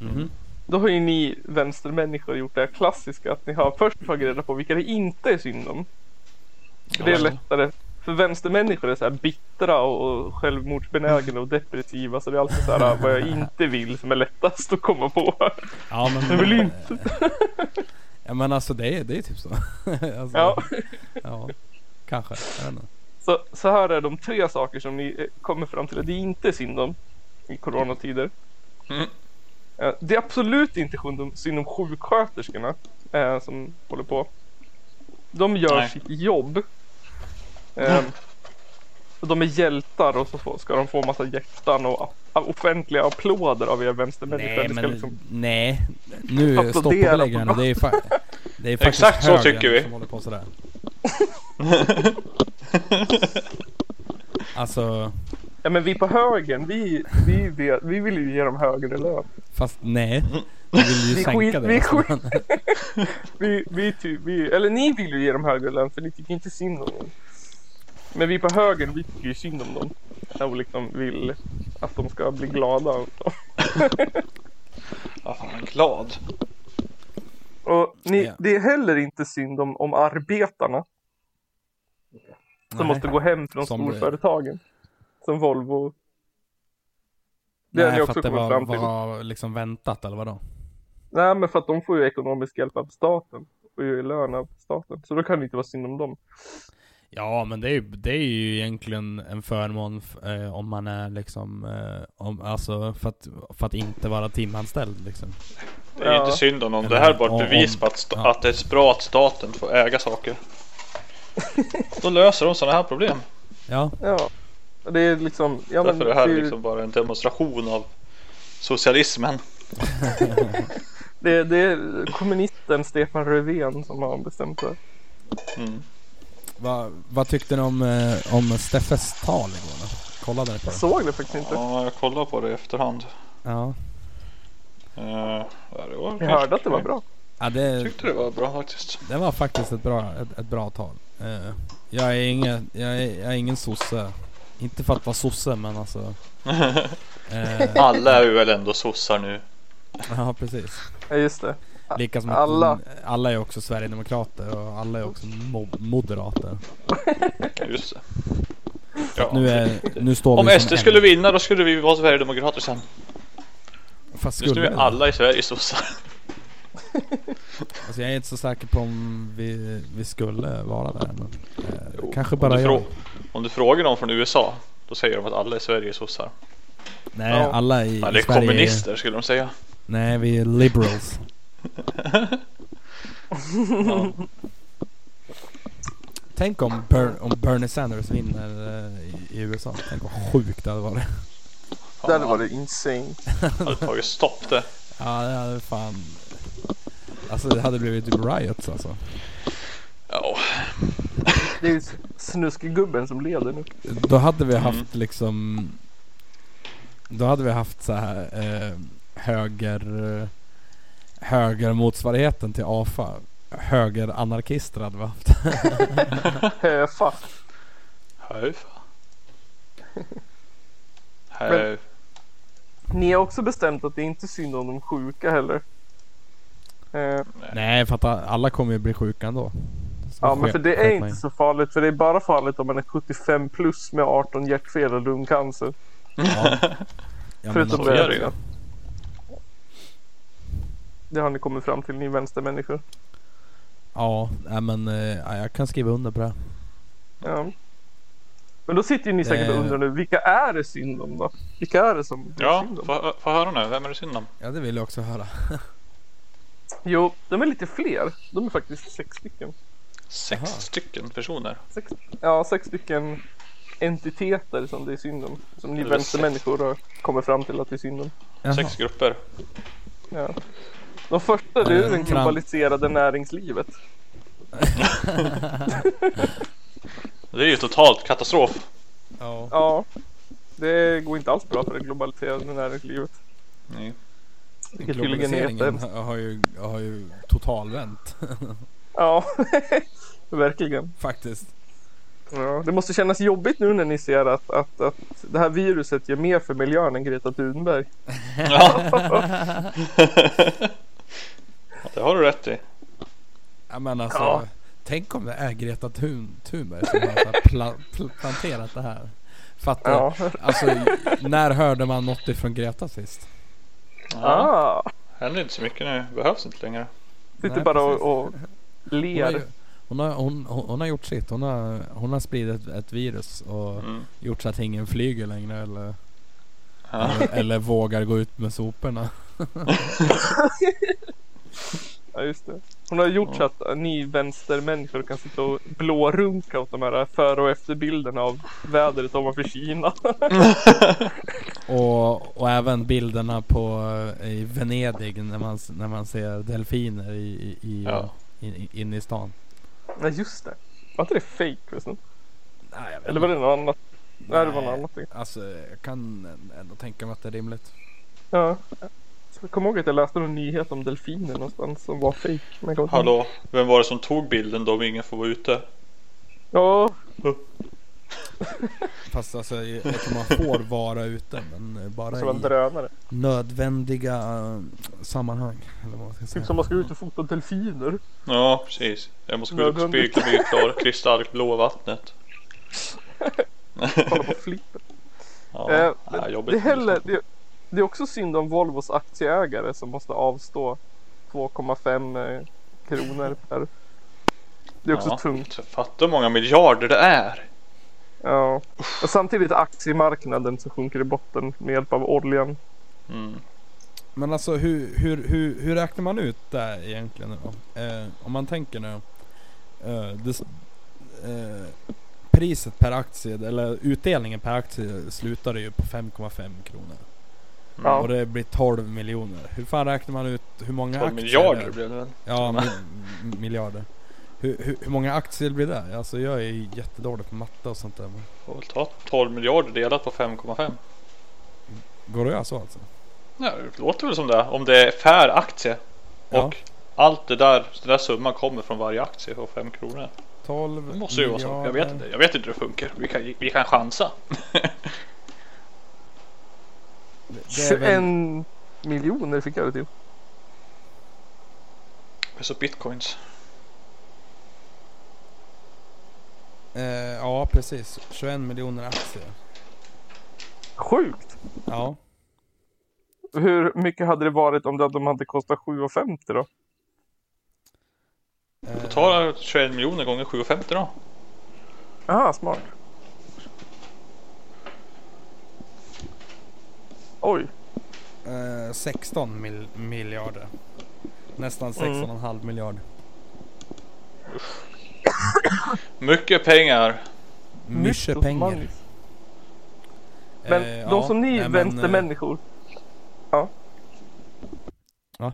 Speaker 2: Mm.
Speaker 3: Mhm.
Speaker 2: Då har ju ni vänstermänniskor gjort det här klassiska att ni har först tagit reda på vilka det inte är synd om. För det är
Speaker 4: Ja.
Speaker 2: lättare. För vänstermänniskor är så här bittra och självmordsbenägna och depressiva så det är alltid så här "Ah, vad jag inte vill som är lättast att komma på.
Speaker 3: Ja men...
Speaker 2: Det vill ju
Speaker 3: Ja men alltså det är, det är typ så. alltså,
Speaker 2: Ja.
Speaker 3: ja. Kanske. Jag vet inte.
Speaker 2: Så, så här är de tre saker som ni eh, kommer fram till att det inte är synd om i coronatider.
Speaker 4: Mm.
Speaker 2: Eh, Det är absolut inte synd om, synd om sjuksköterskorna eh, som håller på. De gör
Speaker 4: Nej.
Speaker 2: sitt jobb. Eh, och de är hjältar och så får, ska de få massa hjärtan och a- offentliga applåder av er vänstermänniskor.
Speaker 3: Nej
Speaker 2: Det ska
Speaker 3: men
Speaker 2: liksom-
Speaker 3: nej. Nu
Speaker 2: Applådera
Speaker 3: stoppa
Speaker 2: på
Speaker 3: belägg här nu. Det är, fa- det är faktiskt
Speaker 4: Exakt så
Speaker 3: högern
Speaker 4: tycker vi.
Speaker 3: som håller på sådär. alltså.
Speaker 2: Ja men vi på högen, vi, vi, vet, vi vill ju ge dem högre lön.
Speaker 3: Fast nej. Vi vill ju
Speaker 2: Vi
Speaker 3: sänka
Speaker 2: skit-
Speaker 3: det.
Speaker 2: vi
Speaker 3: alltså.
Speaker 2: Vi, vi, ty, vi, eller ni vill ju ge dem högre lön för ni tycker inte synd om dem. Men vi på högern, vi tycker ju synd om dem. Och liksom vill att de ska bli glada.
Speaker 4: Ja, fan, jag är glad.
Speaker 2: Och ni,
Speaker 3: Ja.
Speaker 2: det är heller inte synd om, om arbetarna som
Speaker 3: Nej.
Speaker 2: måste gå hem från
Speaker 3: Som-
Speaker 2: storföretagen. Som Volvo. Det har
Speaker 3: Nej,
Speaker 2: ni
Speaker 3: för
Speaker 2: också
Speaker 3: att det
Speaker 2: kommit
Speaker 3: var,
Speaker 2: fram till.
Speaker 3: var liksom väntat eller vadå?
Speaker 2: Nej men för att de får ju ekonomisk hjälp av staten. Och ju lön av staten. Så då kan det inte vara synd om dem.
Speaker 3: Ja, men det är, ju- det är ju egentligen en förmån f- eh, om man är liksom, eh, om, alltså för att, för att inte vara timanställd liksom.
Speaker 4: Det är ju
Speaker 2: Ja.
Speaker 4: inte synd om dem. Det
Speaker 3: Eller,
Speaker 4: här är bara
Speaker 3: om-
Speaker 4: ett bevis på att, sta-
Speaker 3: ja.
Speaker 4: att det är bra att staten får äga saker. Då löser de sådana här problem.
Speaker 3: Ja,
Speaker 2: Ja. Det är liksom. Ja, men
Speaker 4: Därför är det här
Speaker 2: det, är ju-
Speaker 4: liksom bara en demonstration av socialismen.
Speaker 2: det, det är kommunisten Stefan Löfven som har bestämt det.
Speaker 4: Mm.
Speaker 3: vad, vad tyckte ni om, eh, om Steffes tal igår då? Kollade ni på
Speaker 2: Jag
Speaker 3: det?
Speaker 2: såg det faktiskt inte.
Speaker 4: Ja, jag kollar på det i efterhand.
Speaker 3: Ja.
Speaker 4: Eh, ja, det var
Speaker 2: Jag hörde att det var bra.
Speaker 3: ja det,
Speaker 4: Jag tyckte det var bra faktiskt.
Speaker 3: det var faktiskt ett bra, ett, ett bra tal. Eh, jag, är ingen, jag, är, jag är ingen sosse. Inte för att vara sosse men alltså. Eh,
Speaker 4: Alla är ju väl ändå sossar nu.
Speaker 3: ja, precis.
Speaker 2: Ja just det.
Speaker 3: Lika som
Speaker 2: Alla.
Speaker 3: Att, alla är också Sverigedemokrater och alla är också mo- moderater.
Speaker 4: Just det.
Speaker 3: Nu,
Speaker 4: Ja.
Speaker 3: är, nu står
Speaker 4: Om
Speaker 3: vi som
Speaker 4: SD
Speaker 3: en.
Speaker 4: skulle vinna då skulle vi vara Sverigedemokrater sen.
Speaker 3: Fast
Speaker 4: Just nu
Speaker 3: skulle
Speaker 4: är
Speaker 3: vi?
Speaker 4: alla i Sverige sossar.
Speaker 3: Alltså jag är inte så säker på om vi, vi skulle vara där. Men, eh,
Speaker 4: Jo,
Speaker 3: kanske
Speaker 4: om
Speaker 3: bara
Speaker 4: du
Speaker 3: jag.
Speaker 4: frå- Om du frågar någon från USA då säger de att alla i Sverige är sossar.
Speaker 3: Nej,
Speaker 2: Ja.
Speaker 3: alla i,
Speaker 4: Eller
Speaker 3: i Sverige.
Speaker 4: kommunister skulle de säga.
Speaker 3: Nej, vi är liberals.
Speaker 4: Ja.
Speaker 3: Tänk om, Ber- om Bernie Sanders vinner eh, i, i USA. Tänk vad sjukt det hade varit.
Speaker 2: Det hade varit insane.
Speaker 4: hade tagit stopp det.
Speaker 3: Ja, det hade fan... Alltså det hade blivit typ riots alltså.
Speaker 4: Ja,
Speaker 2: Det är ju snuskgubben som leder nu.
Speaker 3: Då hade vi haft
Speaker 4: Mm.
Speaker 3: liksom... Då hade vi haft så här eh, höger... Höger motsvarigheten till AFA. Höger anarkister hade vi haft.
Speaker 2: Höfa.
Speaker 4: hej fan. Hej.
Speaker 2: Men- Ni har också bestämt att det inte är synd om de sjuka heller. Eh,
Speaker 3: Nej för att alla kommer ju bli sjuka ändå. Så
Speaker 2: ja
Speaker 3: sk-
Speaker 2: men för det
Speaker 3: skett
Speaker 2: är
Speaker 3: mig.
Speaker 2: inte så farligt. För det är bara farligt om man är 75 plus med 18 hjärtfel och lungcancer.
Speaker 3: Ja. Ja, men, alltså-
Speaker 2: Förutom
Speaker 4: så är
Speaker 2: det.
Speaker 4: det ju.
Speaker 2: Det har ni kommit fram till ni vänstermänniskor.
Speaker 3: ja, nej, men eh, ja, jag kan skriva under på det.
Speaker 2: Ja. Men då sitter ju ni säkert och
Speaker 3: Eh.
Speaker 2: undrar nu. Vilka är det synd om då? Vilka är det som det är
Speaker 4: Ja,
Speaker 2: synd om?
Speaker 4: få- få höra nu. Vem är det synd om?
Speaker 3: Ja det vill jag också höra.
Speaker 2: Jo, de är lite fler. De är faktiskt sex stycken.
Speaker 4: Sex
Speaker 3: Jaha.
Speaker 4: stycken personer.
Speaker 2: Sex, ja, sex stycken entiteter som det är synd om. Som ni
Speaker 4: Eller
Speaker 2: vänstermänniskor har kommit fram till att det är synd om.
Speaker 3: Jaha.
Speaker 4: Sex grupper.
Speaker 2: Ja. De första det är
Speaker 3: Eh,
Speaker 2: det
Speaker 3: Trump.
Speaker 2: globaliserade näringslivet.
Speaker 4: Det är ju totalt katastrof.
Speaker 3: Ja.
Speaker 2: Ja, det går inte alls bra för det globaliserade näringslivet.
Speaker 4: Nej.
Speaker 2: Tydligen är
Speaker 3: Globaliseringen
Speaker 2: det-
Speaker 3: har ju, har ju totalvänt
Speaker 2: Ja, verkligen.
Speaker 3: faktiskt.
Speaker 2: Ja, det måste kännas jobbigt nu när ni ser att, att, att det här viruset gör mer för miljön än Greta Thunberg.
Speaker 4: Ja. det har du rätt i.
Speaker 3: Ja, men alltså,
Speaker 2: Ja.
Speaker 3: Tänk om det är Greta Thun, Thunberg som har så här pla, pl, planterat det här. Fattar
Speaker 2: Ja.
Speaker 3: Alltså när hörde man något ifrån Greta sist?
Speaker 4: Ja.
Speaker 2: Ah,
Speaker 4: Händer inte så mycket nu. Behövs inte längre.
Speaker 2: sitter
Speaker 3: Nej,
Speaker 2: bara
Speaker 3: precis.
Speaker 2: och, och
Speaker 3: Hon har,
Speaker 2: ler.
Speaker 3: ju- hon, har, hon, hon, hon har gjort sitt. Hon har, hon har spridit ett virus och
Speaker 4: Mm.
Speaker 3: gjort så att ingen flyger längre eller,
Speaker 4: Ja.
Speaker 3: eller, eller vågar gå ut med soporna.
Speaker 2: Ja, just det. Hon har gjort så att ni vänstermänniskor kan sitta och blårunka åt de här före och efterbilderna av vädret ovanför Kina.
Speaker 3: Och, och även bilderna på eh, i Venedig när man, s- när man ser delfiner i, i, i,
Speaker 4: Ja.
Speaker 3: in, inne i stan.
Speaker 2: Nej, just det. Var inte det fake förresten?
Speaker 3: Nej, jag vet
Speaker 2: Eller var
Speaker 3: inte.
Speaker 2: det något annat? Nej, det var något
Speaker 3: Nej.
Speaker 2: annat.
Speaker 3: Alltså jag kan ändå tänka mig att det är rimligt.
Speaker 2: Ja. Jag kommer ihåg att jag läste någon nyhet om delfiner någonstans som var fake. Men jag kommer inte ihåg.
Speaker 4: Hallå, vem var det som tog bilden då om ingen får vara ute?
Speaker 2: Ja,
Speaker 3: Fast alltså jag jag tror man får vara ute men eh, bara
Speaker 2: som en
Speaker 3: i
Speaker 2: drönare.
Speaker 3: nödvändiga eh, sammanhang. Eller vad man ska
Speaker 2: Typ
Speaker 3: säga.
Speaker 2: som man ska ut och fota delfiner.
Speaker 4: Ja, precis. Jag måste gå ut och
Speaker 2: Nödvändigt.
Speaker 4: spegla mig i klar, kristallblå vattnet.
Speaker 2: Kolla på flipper.
Speaker 4: Ja,
Speaker 2: Eh,
Speaker 4: ja, jobbigt.
Speaker 2: Det, är heller, det, det är också synd om Volvos aktieägare som måste avstå 2,5 eh, kronor per. Det är också
Speaker 4: Ja.
Speaker 2: tungt.
Speaker 4: Så Fatta hur många miljarder det är.
Speaker 2: Ja. Och samtidigt är aktiemarknaden som sjunker i botten med hjälp av oljan.
Speaker 4: Mm.
Speaker 3: Men alltså hur, hur, hur, hur räknar man ut det här egentligen? nu då? Eh, om man tänker nu. Eh, det, s- eh, priset per aktie eller utdelningen per aktie slutade ju på 5,5 kronor.
Speaker 2: Ja.
Speaker 3: Och det blir 12 miljoner. Hur fan räknar man ut hur många
Speaker 4: 12
Speaker 3: aktier?
Speaker 4: miljarder
Speaker 3: det-
Speaker 4: blev det väl?
Speaker 3: Ja, mi- miljarder. Hur, hur, hur många aktier blir det? Alltså jag är ju jättedålig på matte och sånt där. Men
Speaker 4: Får väl ta 12 miljarder delat på 5,5.
Speaker 3: går det att göra så alltså?
Speaker 4: Ja, det låter väl som det. Om det är per aktie.
Speaker 3: Ja.
Speaker 4: Och allt det där, den där summan kommer från varje aktie på 5 kronor.
Speaker 3: 12
Speaker 4: Det måste ju vara så.
Speaker 3: miljarder.
Speaker 4: Jag vet inte. Jag vet inte hur det funkar. Vi kan, vi kan chansa.
Speaker 3: Det är
Speaker 2: 21
Speaker 3: väl,
Speaker 2: miljoner fick jag det till.
Speaker 4: Det är så bitcoins.
Speaker 3: eh, ja precis. 21 miljoner aktier.
Speaker 2: Sjukt!
Speaker 3: Ja.
Speaker 2: Hur mycket hade det varit om det- de hade kostat 7,50 då?
Speaker 3: Eh,
Speaker 4: Ta 21 miljoner gånger 7,50 då.
Speaker 2: Aha, smart. Oj,
Speaker 3: eh, 16 mil- miljarder. Nästan
Speaker 2: Mm.
Speaker 3: 16,5 miljard.
Speaker 4: Mycket pengar.
Speaker 3: Mycket
Speaker 2: nytt
Speaker 3: pengar.
Speaker 2: money. Men
Speaker 3: Eh,
Speaker 2: de
Speaker 3: ja.
Speaker 2: som ni
Speaker 3: Nej, men, eh,
Speaker 2: vänstermänniskor. Ja.
Speaker 3: Va?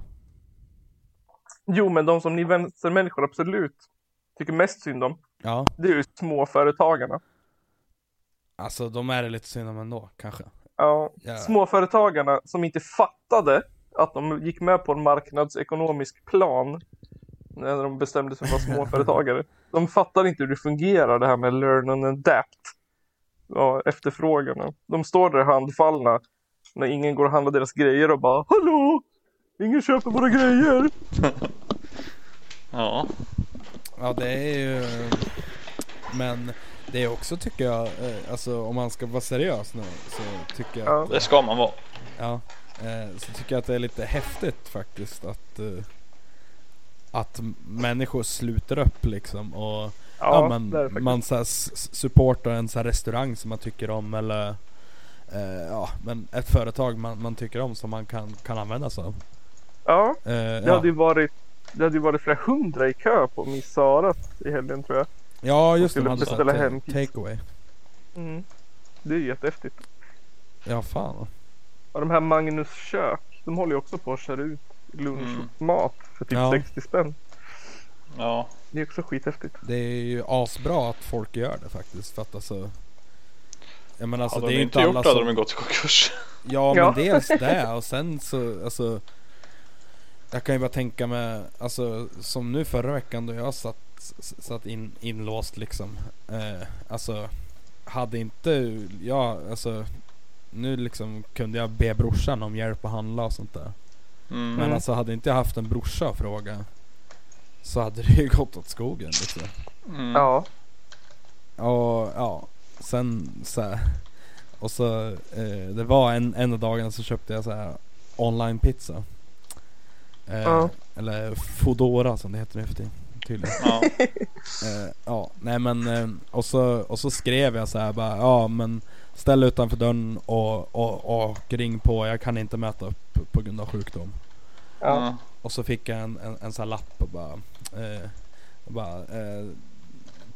Speaker 2: Jo, men de som ni vänstermänniskor absolut tycker mest synd om.
Speaker 3: Ja.
Speaker 2: Det är ju småföretagarna.
Speaker 3: Alltså de är det lite synd om ändå kanske.
Speaker 2: Ja.
Speaker 3: Ja.
Speaker 2: Småföretagarna som inte fattade att de gick med på en marknadsekonomisk plan när de bestämde sig för att vara småföretagare. De fattar inte hur det fungerar det här med learn and adapt. Ja, efterfrågan. De står där handfallna när ingen går och handlar deras grejer och bara Hallå! Ingen köper våra grejer!
Speaker 4: Ja.
Speaker 3: Ja det är ju Men det är också tycker jag eh, Alltså om man ska vara seriös nu så tycker jag
Speaker 2: Ja.
Speaker 3: att,
Speaker 4: Det ska man vara.
Speaker 3: ja, eh, Så tycker jag att det är lite häftigt faktiskt att eh, Att m- människor sluter upp liksom och ja,
Speaker 2: det är det
Speaker 3: man,
Speaker 2: faktiskt.
Speaker 3: man så här, s- s- supportar en så här restaurang som man tycker om eller eh, Ja men ett företag man, man tycker om som man kan, kan använda sig av
Speaker 2: ja
Speaker 3: Eh,
Speaker 2: det
Speaker 3: ja.
Speaker 2: hade ju varit det hade ju varit flera hundra i kö på Miss Saras i helgen tror jag.
Speaker 3: ja just det,
Speaker 2: skulle
Speaker 3: man hade så här
Speaker 2: beställa
Speaker 3: ta-
Speaker 2: hem pizza.
Speaker 3: takeaway
Speaker 2: Mm. Det är ju jättehäftigt.
Speaker 3: Ja fan
Speaker 2: Ja, de här Magnus kök, de håller ju också på att köra ut lunchmat för typ
Speaker 3: Mm. Ja.
Speaker 2: 60 spänn.
Speaker 4: Ja,
Speaker 2: Det är också skithäftigt.
Speaker 3: Det är ju asbra att folk gör det faktiskt. För att alltså... Jag menar alltså
Speaker 4: hade
Speaker 3: det är
Speaker 4: de
Speaker 3: ju
Speaker 4: inte
Speaker 3: inte
Speaker 4: gjort
Speaker 3: alla
Speaker 4: det hade
Speaker 3: som...
Speaker 4: de gått i konkurs.
Speaker 3: Ja,
Speaker 2: Ja.
Speaker 3: men dels det och sen så alltså. Jag kan ju bara tänka mig, alltså som nu förra veckan då jag satt, satt in, inlåst liksom. Eh, alltså hade inte jag, alltså nu liksom kunde jag be brorsan om hjälp att handla och sånt där.
Speaker 4: Mm.
Speaker 3: Men
Speaker 2: Mm.
Speaker 3: alltså hade inte jag haft en brorsa att fråga så hade det ju gått åt skogen liksom.
Speaker 4: Mm.
Speaker 2: Ja,
Speaker 3: Och ja, sen så här. Och så, eh, det var en, en av dagarna så köpte jag så här online pizza. Eh,
Speaker 2: Ja.
Speaker 3: Eller Foodora som det heter nu för tiden. Tydligen.
Speaker 4: Ja.
Speaker 3: Eh, ja, nej men eh, och, så, och så skrev jag så här bara, ja men ställ utanför dörren och, och, och ring på, jag kan inte möta upp på grund av sjukdom.
Speaker 2: ja.
Speaker 4: Mm.
Speaker 3: Och så fick jag en, en, en sån här lapp och bara, eh, och bara eh,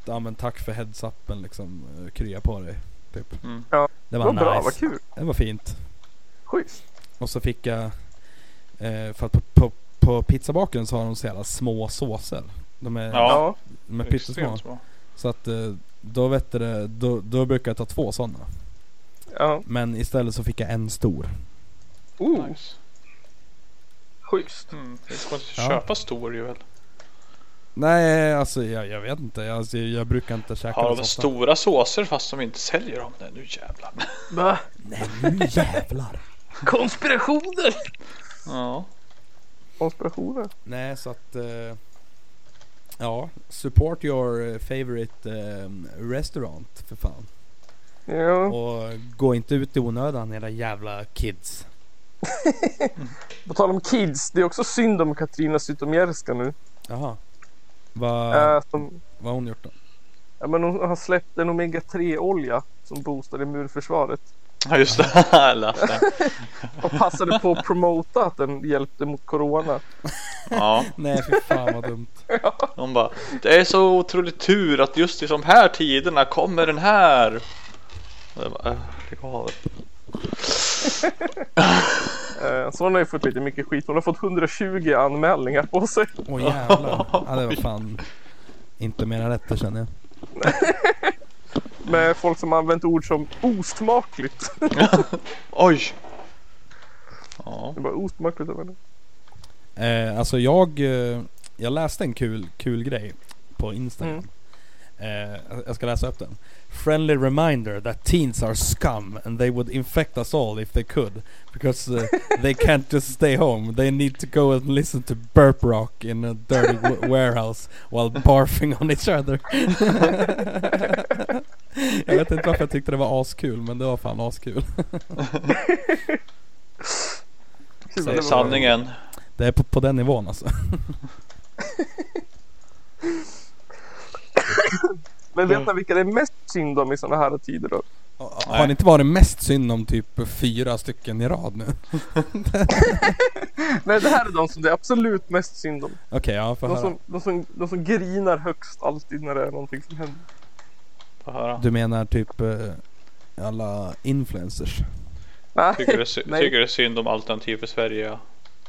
Speaker 3: ja, men tack för heads-upen liksom, eh, krya på dig. Typ.
Speaker 4: Mm.
Speaker 3: Det var
Speaker 2: Vad
Speaker 3: nice.
Speaker 2: bra, vad kul.
Speaker 3: Det var fint.
Speaker 2: Schysst.
Speaker 3: Och så fick jag, eh, för att på, på, på pizzabaken så har de så jävla små såser. De är,
Speaker 4: Ja.
Speaker 2: Ja.
Speaker 3: de är pyttesmå.
Speaker 4: Extremt bra.
Speaker 3: Så att eh, då vet du det, då, då brukar jag ta två sådana.
Speaker 2: ja.
Speaker 3: Men istället så fick jag en stor.
Speaker 2: Oh,
Speaker 4: Nice.
Speaker 2: schysst.
Speaker 4: Mm. Det är konstigt
Speaker 3: Ja.
Speaker 4: att köpa stor ju väl.
Speaker 3: Nej alltså jag, jag vet inte, alltså, jag, jag brukar inte käka
Speaker 4: Har
Speaker 3: dem
Speaker 4: de
Speaker 3: så ofta.
Speaker 4: stora såser fast de inte säljer dem? Nej, nu jävlar.
Speaker 2: Va?
Speaker 3: Nej nu jävlar.
Speaker 2: Konspirationer!
Speaker 4: Ja.
Speaker 2: Konspirationer.
Speaker 3: Nej, så att... eh, ja, support your eh, favorite eh, restaurant för fan.
Speaker 2: Ja,
Speaker 3: Och gå inte ut i onödan era jävla kids.
Speaker 2: på tal om kids. Det är också synd om Katrina Zytomierska nu.
Speaker 3: Jaha. Vad
Speaker 2: Äh, som,
Speaker 3: vad har hon gjort då?
Speaker 2: ja, men hon har släppt en Omega 3-olja som boostar immunförsvaret.
Speaker 4: Ja just det, jag läste den.
Speaker 2: Och passade på att promota att den hjälpte mot corona.
Speaker 4: Ja,
Speaker 3: Nej fy fan vad dumt.
Speaker 4: de bara Det är så otroligt tur att just i de här tiderna kommer den här. Och jag bara, äh, lägg av.
Speaker 2: Eh, Så hon har ju fått lite mycket skit. Hon har fått 120 anmälningar på sig.
Speaker 3: Åh jävlar. Ja, det var fan inte mera rätter känner jag.
Speaker 2: Med folk som använt ord som osmakligt.
Speaker 4: Oj! Ja,
Speaker 2: Det var osmakligt av henne.
Speaker 3: Eh, alltså jag, eh, jag läste en kul, kul grej på
Speaker 4: Mm.
Speaker 2: Mm.
Speaker 3: Instagram. Eh, jag ska läsa upp den. Friendly reminder that teens are scum and they would infect us all if they could. Because eh, they can't just stay home. They need to go and listen to burp rock in a dirty w- warehouse while barfing on each other. jag vet inte varför jag tyckte det var askul men det var fan askul.
Speaker 2: Kul,
Speaker 3: Så
Speaker 4: det
Speaker 2: eller
Speaker 4: är
Speaker 2: vad?
Speaker 4: sanningen.
Speaker 3: Det är på, på den nivån alltså.
Speaker 2: Men vet ni vilka det är mest synd om i sådana här tider då?
Speaker 3: Har det inte varit mest synd om typ fyra stycken i rad nu?
Speaker 2: Nej, det här är de som det är absolut mest synd om.
Speaker 3: Okej, ja får
Speaker 2: De
Speaker 3: höra.
Speaker 2: som, de, som, de som grinar högst alltid när det är någonting som händer.
Speaker 4: Få höra.
Speaker 3: Du menar typ eh, alla influencers?
Speaker 2: Nej,
Speaker 4: Tycker det, är sy-
Speaker 2: Nej.
Speaker 4: tycker det är synd om Alternativ för Sverige. ja.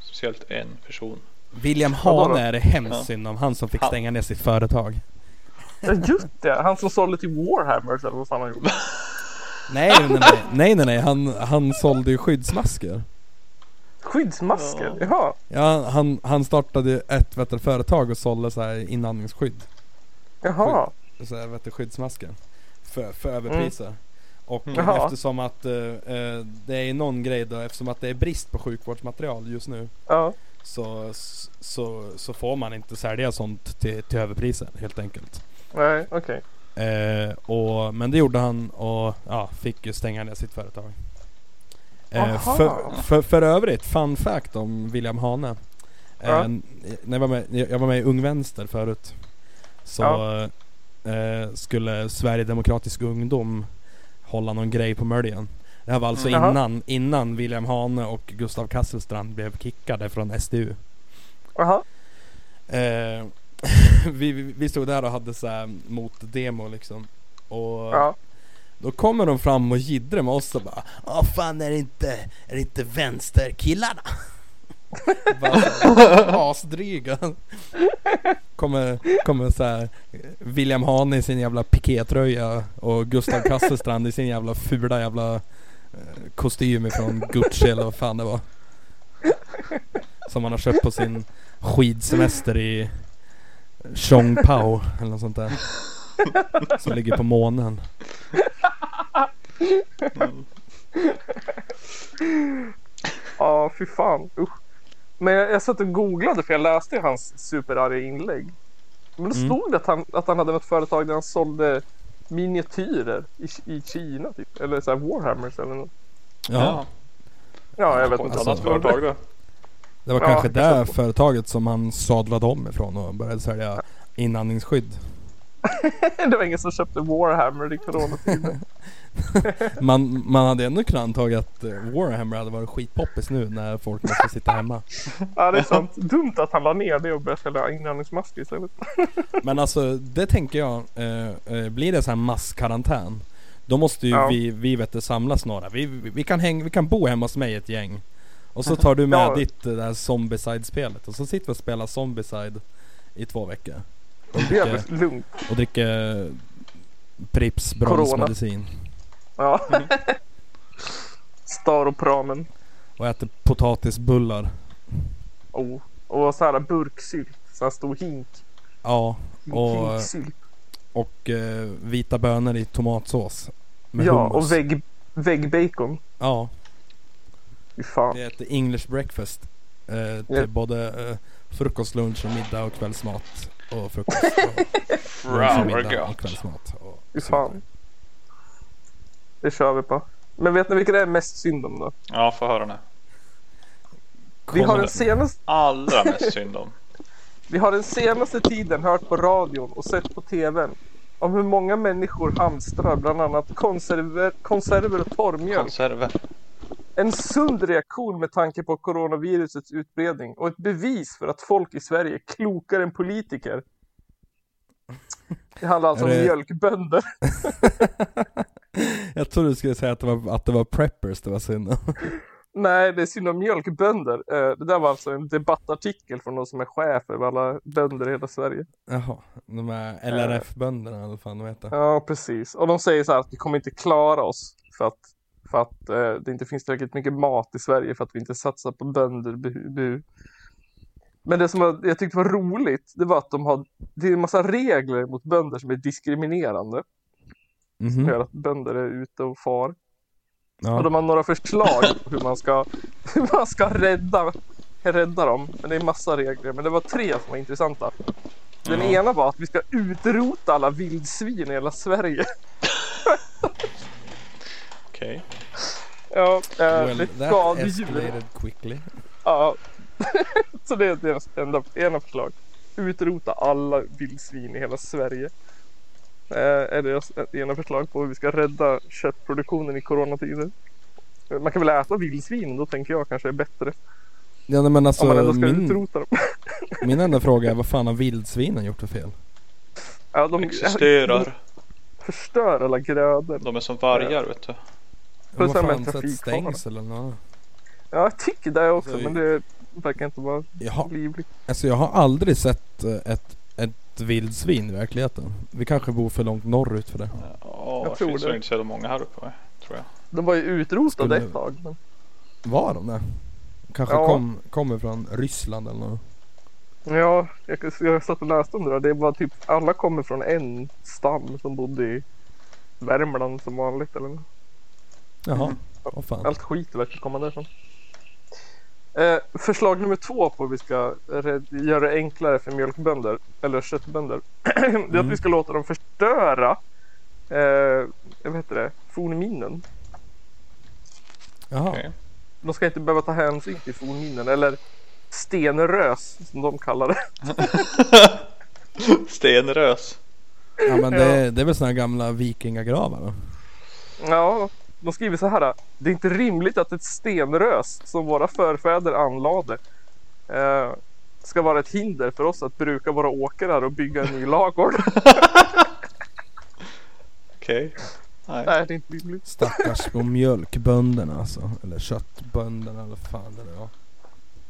Speaker 4: Speciellt en person.
Speaker 3: William
Speaker 2: Vadå då?
Speaker 3: Hane är det hemskt
Speaker 4: Ja.
Speaker 3: synd om, han som fick
Speaker 4: Han-
Speaker 3: stänga ner sitt företag.
Speaker 2: Ja, just det. Han som sålde till Warhammers eller vad fan han gjorde.
Speaker 3: Nej nej nej, nej, nej, nej. Han, han sålde ju skyddsmasker.
Speaker 2: Skyddsmasker,
Speaker 4: Ja.
Speaker 2: jaha.
Speaker 3: Ja, han, han startade ett vet du, företag och sålde så här inandningsskydd.
Speaker 2: Jaha.
Speaker 3: Så här, vet du, skyddsmasker. För, för överpriser. Och
Speaker 4: Mm.
Speaker 2: Jaha.
Speaker 3: eftersom att eh, eh, det är någon grej då, eftersom att det är brist på sjukvårdsmaterial just nu.
Speaker 2: Ja.
Speaker 3: så, så, så får man inte sälja sånt till, till överpriser helt enkelt.
Speaker 2: Nej, okej.
Speaker 3: Eh, och, men det gjorde han och ja, fick ju stänga ner sitt företag. Eh,
Speaker 2: Aha.
Speaker 3: för, för, för övrigt, fun fact om William Hane. Eh,
Speaker 2: Ja.
Speaker 3: n- när jag, var med, jag jag var med i Ung Vänster förut. Så
Speaker 2: Ja.
Speaker 3: eh, skulle Sverigedemokratisk ungdom hålla någon grej på Möljen. Det här var alltså
Speaker 2: Mm. Jaha.
Speaker 3: innan, innan William Hane och Gustav Kasselstrand blev kickade från SDU.
Speaker 2: Jaha.
Speaker 3: Eh, vi, vi vi stod där och hade så här mot demo liksom. Och
Speaker 2: Ja.
Speaker 3: Då kommer de fram och jiddrar med oss och bara Ja fan är det inte, är det inte vänsterkillarna? bara så här, asdryga. Kommer, kommer så här William Hahn i sin jävla pikétröja och Gustav Kasselstrand i sin jävla fula jävla eh, kostym ifrån Gucci eller vad fan det var. Som han har köpt på sin skidsemester i Chongpao eller något sånt där. Som ligger på månen.
Speaker 4: Mm.
Speaker 2: Ja, fy fan. Usch. Men jag, jag satt och googlade för jag läste ju hans superarga inlägg. Men då
Speaker 3: Mm.
Speaker 2: stod det att han, att han hade något företag där han sålde miniatyrer i, i Kina typ. Eller så här Warhammers eller något.
Speaker 3: ja.
Speaker 2: Ja, jag vet
Speaker 4: Och
Speaker 2: inte.
Speaker 4: ett
Speaker 2: vad
Speaker 3: Alltså,
Speaker 4: annat
Speaker 2: han gjorde.
Speaker 4: företag där.
Speaker 3: Det var
Speaker 2: Ja,
Speaker 3: kanske
Speaker 2: jag
Speaker 3: det företaget som han sadlade om ifrån och började sälja inandningsskydd.
Speaker 2: det var ingen som köpte Warhammer i coronatiden.
Speaker 3: Man, man hade ändå kunnat antaga att eh, Warhammer hade varit skitpoppis nu när folk måste sitta hemma.
Speaker 2: ja, det är sant. Dumt att han la ner det och började sälja inandningsmasker istället.
Speaker 3: Men alltså det tänker jag, eh, eh, blir det så här masskarantän Då måste ju
Speaker 2: Ja.
Speaker 3: vi, vi vet du, samlas några. Vi, vi, vi, kan häng, vi kan bo hemma hos mig ett gäng. Och så tar du med
Speaker 2: Ja.
Speaker 3: ditt eh, det här Zombieside-spelet och så sitter vi och spelar Zombieside i två veckor. Och dricker,
Speaker 2: Jävligt lugnt.
Speaker 3: och dricker Pripps
Speaker 2: Corona.
Speaker 3: bromsmedicin.
Speaker 2: Ja.
Speaker 4: Mm.
Speaker 2: Staropramen.
Speaker 3: Och äter potatisbullar.
Speaker 2: Oh. Och så här burksylt. Så här stor hink.
Speaker 3: Ja, Och-
Speaker 2: Hinksylt.
Speaker 3: och eh, vita bönor i tomatsås. Med
Speaker 2: Ja,
Speaker 3: hummus.
Speaker 2: och vägg, väggbacon.
Speaker 3: Ja,
Speaker 2: Fy fan.
Speaker 3: vi äter English breakfast. Eh, till
Speaker 2: Ja.
Speaker 3: både eh, frukost, lunch och middag och kvällsmat. Och frukost och lunch och
Speaker 4: Bra, vad
Speaker 3: middag och
Speaker 4: gott.
Speaker 3: kvällsmat. Och
Speaker 2: Fy
Speaker 3: så
Speaker 2: fan.
Speaker 3: vidare.
Speaker 2: Det kör vi på. Men vet ni vilka det är mest synd om då?
Speaker 4: Ja, får höra nu.
Speaker 2: Vi har,
Speaker 3: Kommer-
Speaker 2: den senaste,
Speaker 4: Allra mest synd om.
Speaker 2: vi har den senaste tiden hört på radion och sett på tvn om hur många människor hamstrar bland annat konserver, konserver och torrmjölk.
Speaker 4: Konserver.
Speaker 2: En sund reaktion med tanke på coronavirusets utbredning och ett bevis för att folk i Sverige är klokare än politiker. Det handlar alltså om
Speaker 3: Är det-
Speaker 2: mjölkbönder.
Speaker 3: Jag trodde du skulle säga att det var, att det var preppers det var synd om.
Speaker 2: Nej, det är synd om mjölkbönder. Eh, Det där var alltså en debattartikel från någon som är chef över alla bönder i hela Sverige.
Speaker 3: Jaha, de här LRF-bönderna eller vad fan de heter.
Speaker 2: Eh. Ja, precis. Och de säger så här att vi kommer inte klara oss för att, för att eh, det inte finns tillräckligt mycket mat i Sverige för att vi inte satsar på bönder. Bu, bu. Men det som var, jag tyckte var roligt, det var att de har, det är en massa regler mot bönder som är diskriminerande.
Speaker 3: Mhm.
Speaker 2: För att bönder är ute och far.
Speaker 3: Ja.
Speaker 2: Och de har några förslag på hur man ska, hur man ska rädda, rädda dem. Men det är massa regler. Men det var tre som var intressanta. Den
Speaker 4: Mm.
Speaker 2: ena var att vi ska utrota alla vildsvin i hela Sverige.
Speaker 4: Okej.
Speaker 2: Ja, eh,
Speaker 3: Well,
Speaker 2: det är
Speaker 3: that
Speaker 2: skadedjur.
Speaker 3: escalated quickly.
Speaker 2: Ja. Så det är deras enda, ena förslag. Utrota alla vildsvin i hela Sverige. Eh, är deras ena förslag på hur vi ska rädda köttproduktionen i coronatider. Eh, Man kan väl äta vildsvin, då tänker jag kanske är bättre.
Speaker 3: Ja nej, men alltså
Speaker 2: om man ändå ska
Speaker 3: min,
Speaker 2: utrota dem.
Speaker 3: Min enda fråga är vad fan har vildsvinen gjort för fel?
Speaker 2: Ja, de
Speaker 4: Existerar.
Speaker 2: förstör alla grödor.
Speaker 4: De är som vargar vet du.
Speaker 3: De
Speaker 2: Plus
Speaker 3: har
Speaker 2: de är
Speaker 3: fan sett
Speaker 2: trafikfarliga.
Speaker 3: stängsel eller något.
Speaker 2: Ja, jag tycker det också,
Speaker 3: Alltså,
Speaker 2: men det verkar inte vara
Speaker 3: Jag har,
Speaker 2: livligt.
Speaker 3: alltså jag har aldrig sett eh, ett, ett vildsvin i verkligheten. Vi kanske bor för långt norrut för det.
Speaker 4: Ja, det
Speaker 2: tror
Speaker 4: finns
Speaker 2: det.
Speaker 4: väl inte så jävla många här uppe va? tror jag.
Speaker 2: De var ju utrotade
Speaker 3: Skulle-
Speaker 2: ett tag. Men...
Speaker 3: Var de det? Kanske
Speaker 2: Ja.
Speaker 3: kom, kommer från Ryssland eller något.
Speaker 2: Ja, jag, jag satt och läste om det där. Det var typ alla kommer från en stam som bodde i Värmland som vanligt eller något.
Speaker 3: Jaha,
Speaker 4: Mm.
Speaker 3: vad fan.
Speaker 2: Allt skit verkar komma därifrån. Eh, förslag nummer två på hur vi ska red- göra det enklare för mjölkbönder eller köttbönder. det är att
Speaker 3: Mm.
Speaker 2: vi ska låta dem förstöra eh, vad heter det? fornminnen.
Speaker 3: Jaha,
Speaker 4: Okej.
Speaker 2: De ska inte behöva ta hänsyn till fornminnen eller stenrös som de kallar det.
Speaker 4: Stenrös.
Speaker 3: ja men det, är- det är väl såna här gamla vikingagravar då?
Speaker 2: Ja, de skriver så här. Det är inte rimligt att ett stenrös som våra förfäder anlade eh, ska vara ett hinder för oss att bruka våra åkrar och bygga en ny lagård.
Speaker 4: Okej. Nej.
Speaker 2: Nej, det är inte billigt.
Speaker 3: Stackars små mjölkbönderna alltså. Eller köttbönderna eller fan det nu var.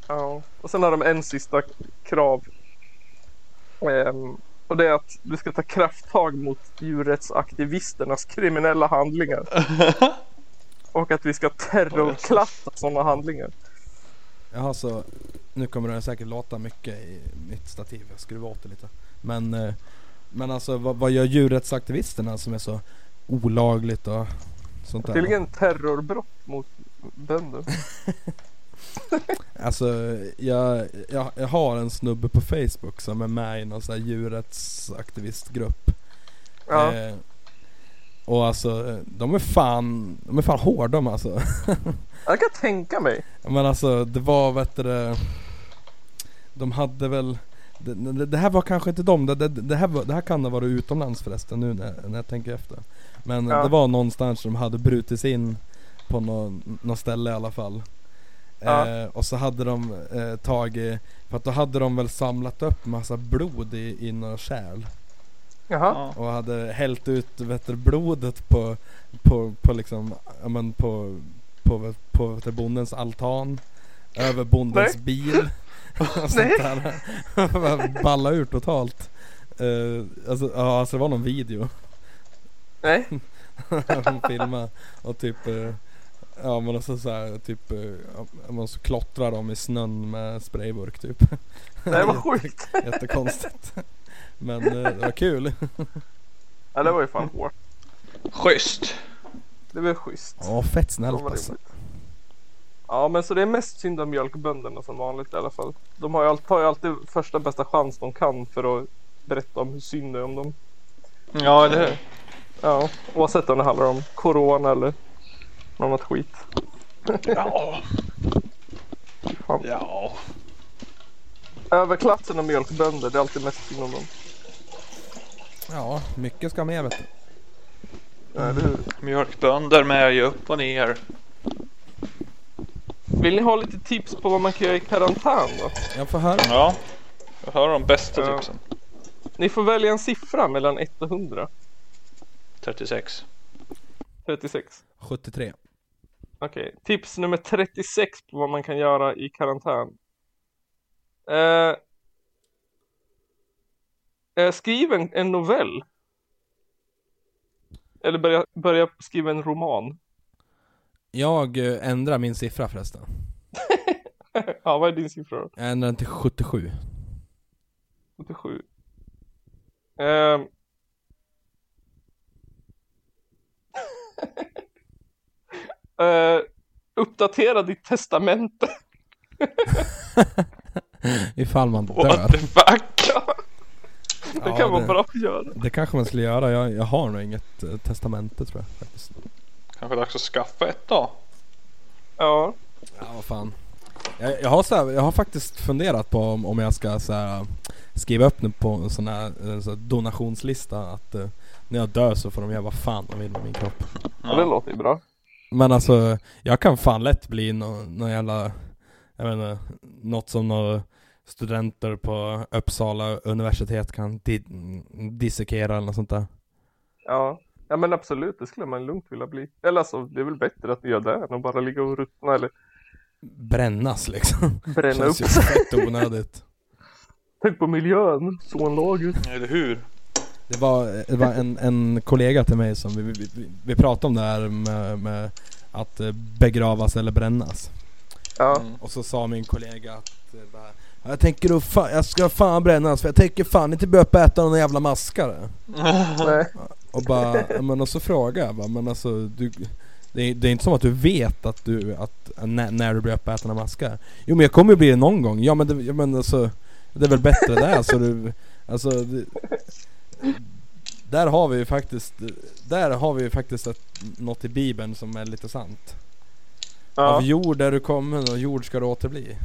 Speaker 2: Ja. Och sen har de en sista krav. Ehm, och det är att du ska ta krafttag mot djurrättsaktivisternas kriminella handlingar. Och att vi ska terrorklassa sådana handlingar.
Speaker 3: Jaha så, nu kommer det säkert låta mycket i mitt stativ. Jag skruvar åt det lite. Men, eh, men alltså vad, vad gör djurrättsaktivisterna som är så olagligt och sånt där?
Speaker 2: Tydligen terrorbrott mot bönder.
Speaker 3: Alltså jag, jag, jag har en snubbe på Facebook som är med i någon sån här djurrättsaktivistgrupp.
Speaker 2: Ja.
Speaker 3: Eh, och alltså eh, de är fan, de är fan hårda de alltså.
Speaker 2: Jag kan tänka mig.
Speaker 3: Men alltså det var vet du, det, De hade väl det, det, det här var kanske inte dem, det, det, det, här, var- det här kan ha varit utomlands förresten nu när, när jag tänker efter Men
Speaker 2: Ja.
Speaker 3: det var någonstans som hade brutit sig in på nå- något ställe i alla fall
Speaker 2: Ja.
Speaker 3: eh, Och så hade de eh, tagit, för att då hade de väl samlat upp massa blod i, i några kärl
Speaker 2: Jaha.
Speaker 4: Ja.
Speaker 3: och hade hällt ut vet du, blodet på, på, på liksom, ja men på, på, på, vet du, bondens altan. Över bondens bil. och sånt
Speaker 2: Nej.
Speaker 3: där. Bara Balla ur totalt. Eh, alltså, ja, alltså det var någon video.
Speaker 2: Nej.
Speaker 3: De filmade och typ eh, Ja men alltså så här, typ, eh, ja, men så klottrar de i snön med sprayburk typ.
Speaker 2: Nej, vad sjukt.
Speaker 3: Jättekonstigt. Men eh, det var kul.
Speaker 2: Ja, det var ju fan hårt.
Speaker 4: Schysst.
Speaker 2: Det var schysst.
Speaker 3: Ja fett snällt
Speaker 2: Vad var det?
Speaker 3: alltså.
Speaker 2: Ja, men så det är mest synd om mjölkbönderna som vanligt i alla fall. De har ju alltid, tar ju alltid första bästa chans de kan för att berätta om hur synd det är om dem.
Speaker 4: Ja, eller hur?
Speaker 2: Ja, oavsett om det handlar om corona eller något annat skit.
Speaker 4: Ja.
Speaker 2: Fan.
Speaker 4: Ja.
Speaker 2: Överklassen och mjölkbönder, det är alltid mest synd om dem.
Speaker 3: Ja, mycket ska med vet du.
Speaker 2: Eller hur?
Speaker 4: Mjölkbönder med ju upp och ner.
Speaker 2: Vill ni ha lite tips på vad man kan göra i karantän då?
Speaker 3: Jag får höra.
Speaker 4: Ja. Jag hör de bästa
Speaker 2: Ja.
Speaker 4: tipsen.
Speaker 2: Ni får välja en siffra mellan 1 och 100.
Speaker 4: 36.
Speaker 2: 36.
Speaker 3: 73.
Speaker 2: Okej, tips nummer 36 på vad man kan göra i karantän. Eh, eh, skriv en, en novell. Eller börja, börja skriva en roman.
Speaker 3: Jag eh, ändrar min siffra förresten.
Speaker 2: ja, vad är din siffra då?
Speaker 3: Jag ändrar den till 77.
Speaker 2: 77. Ehm. Eh, uppdatera ditt testamente.
Speaker 3: Ifall man
Speaker 4: What
Speaker 3: dör.
Speaker 4: the fuck?
Speaker 2: Det
Speaker 3: Ja,
Speaker 2: kan vara bra att göra.
Speaker 3: Det kanske man skulle göra. Jag, jag har nog inget eh, testamente tror jag faktiskt.
Speaker 4: Kanske dags att skaffa ett då.
Speaker 2: Ja,
Speaker 3: Ja, vad fan. Jag, jag, har, så här, jag har faktiskt funderat på om, om jag ska så här, skriva upp nu på en sån här, eh, så här donationslista att eh, när jag dör så får de göra vad fan de vill med min kropp.
Speaker 2: ja. det låter ju bra.
Speaker 3: Men alltså, jag kan fan lätt bli någon, någon jävla, jag vet inte, något som några studenter på Uppsala universitet kan di- dissekera eller något sånt där.
Speaker 2: Ja. ja, men absolut, det skulle man lugnt vilja bli. Eller alltså, det är väl bättre att göra det än att bara ligga och ruttna eller
Speaker 3: Brännas liksom.
Speaker 2: bränna upp
Speaker 3: Känns ju fett onödigt.
Speaker 2: sig på miljön. Sonlagret.
Speaker 4: Eller hur?
Speaker 3: Det var, det var en, en kollega till mig som, vi, vi, vi- vi pratade om det här med, med att eh, begravas eller brännas.
Speaker 2: Ja,
Speaker 4: Mm.
Speaker 3: Och så sa min kollega att eh, bara, "Ja, jag tänker då fan, jag ska fan brännas för jag tänker fan inte börja äta någon jävla maskare.
Speaker 2: nej.
Speaker 3: Och bara, ja, men och så frågade jag bara, men alltså du det är, det är inte som att du vet att du, att när, när du blir uppäten av maskar Jo men jag kommer ju bli det någon gång, ja men, det, ja, men alltså Det är väl bättre där så du, alltså det, Där har vi ju faktiskt, där har vi ju faktiskt ett, något i bibeln som är lite sant
Speaker 2: Ja.
Speaker 3: Av jord är du kommen och jord ska du återbli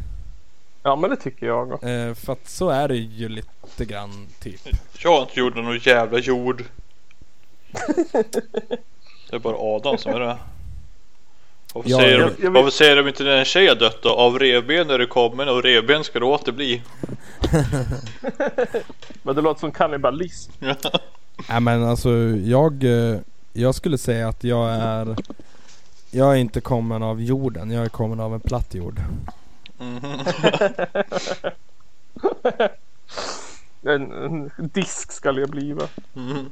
Speaker 2: ja, men det tycker jag.
Speaker 3: eh, För att så är det ju lite grann typ
Speaker 4: Jag har inte gjort någon jävla jord. Det är bara Adam som är det. Varför,
Speaker 3: Ja,
Speaker 4: säger,
Speaker 3: jag-
Speaker 4: de,
Speaker 2: jag vet-
Speaker 4: varför säger de inte när en tjej har dött då? Av revben är du kommen och revben ska du åter bli.
Speaker 2: Men det låter som kannibalism.
Speaker 3: Nej men alltså jag, eh, jag skulle säga att jag är... Jag är inte kommen av jorden, jag är kommen av en platt jord.
Speaker 4: Mhm.
Speaker 2: En, en disk ska jag bli. Va?
Speaker 4: Mhm.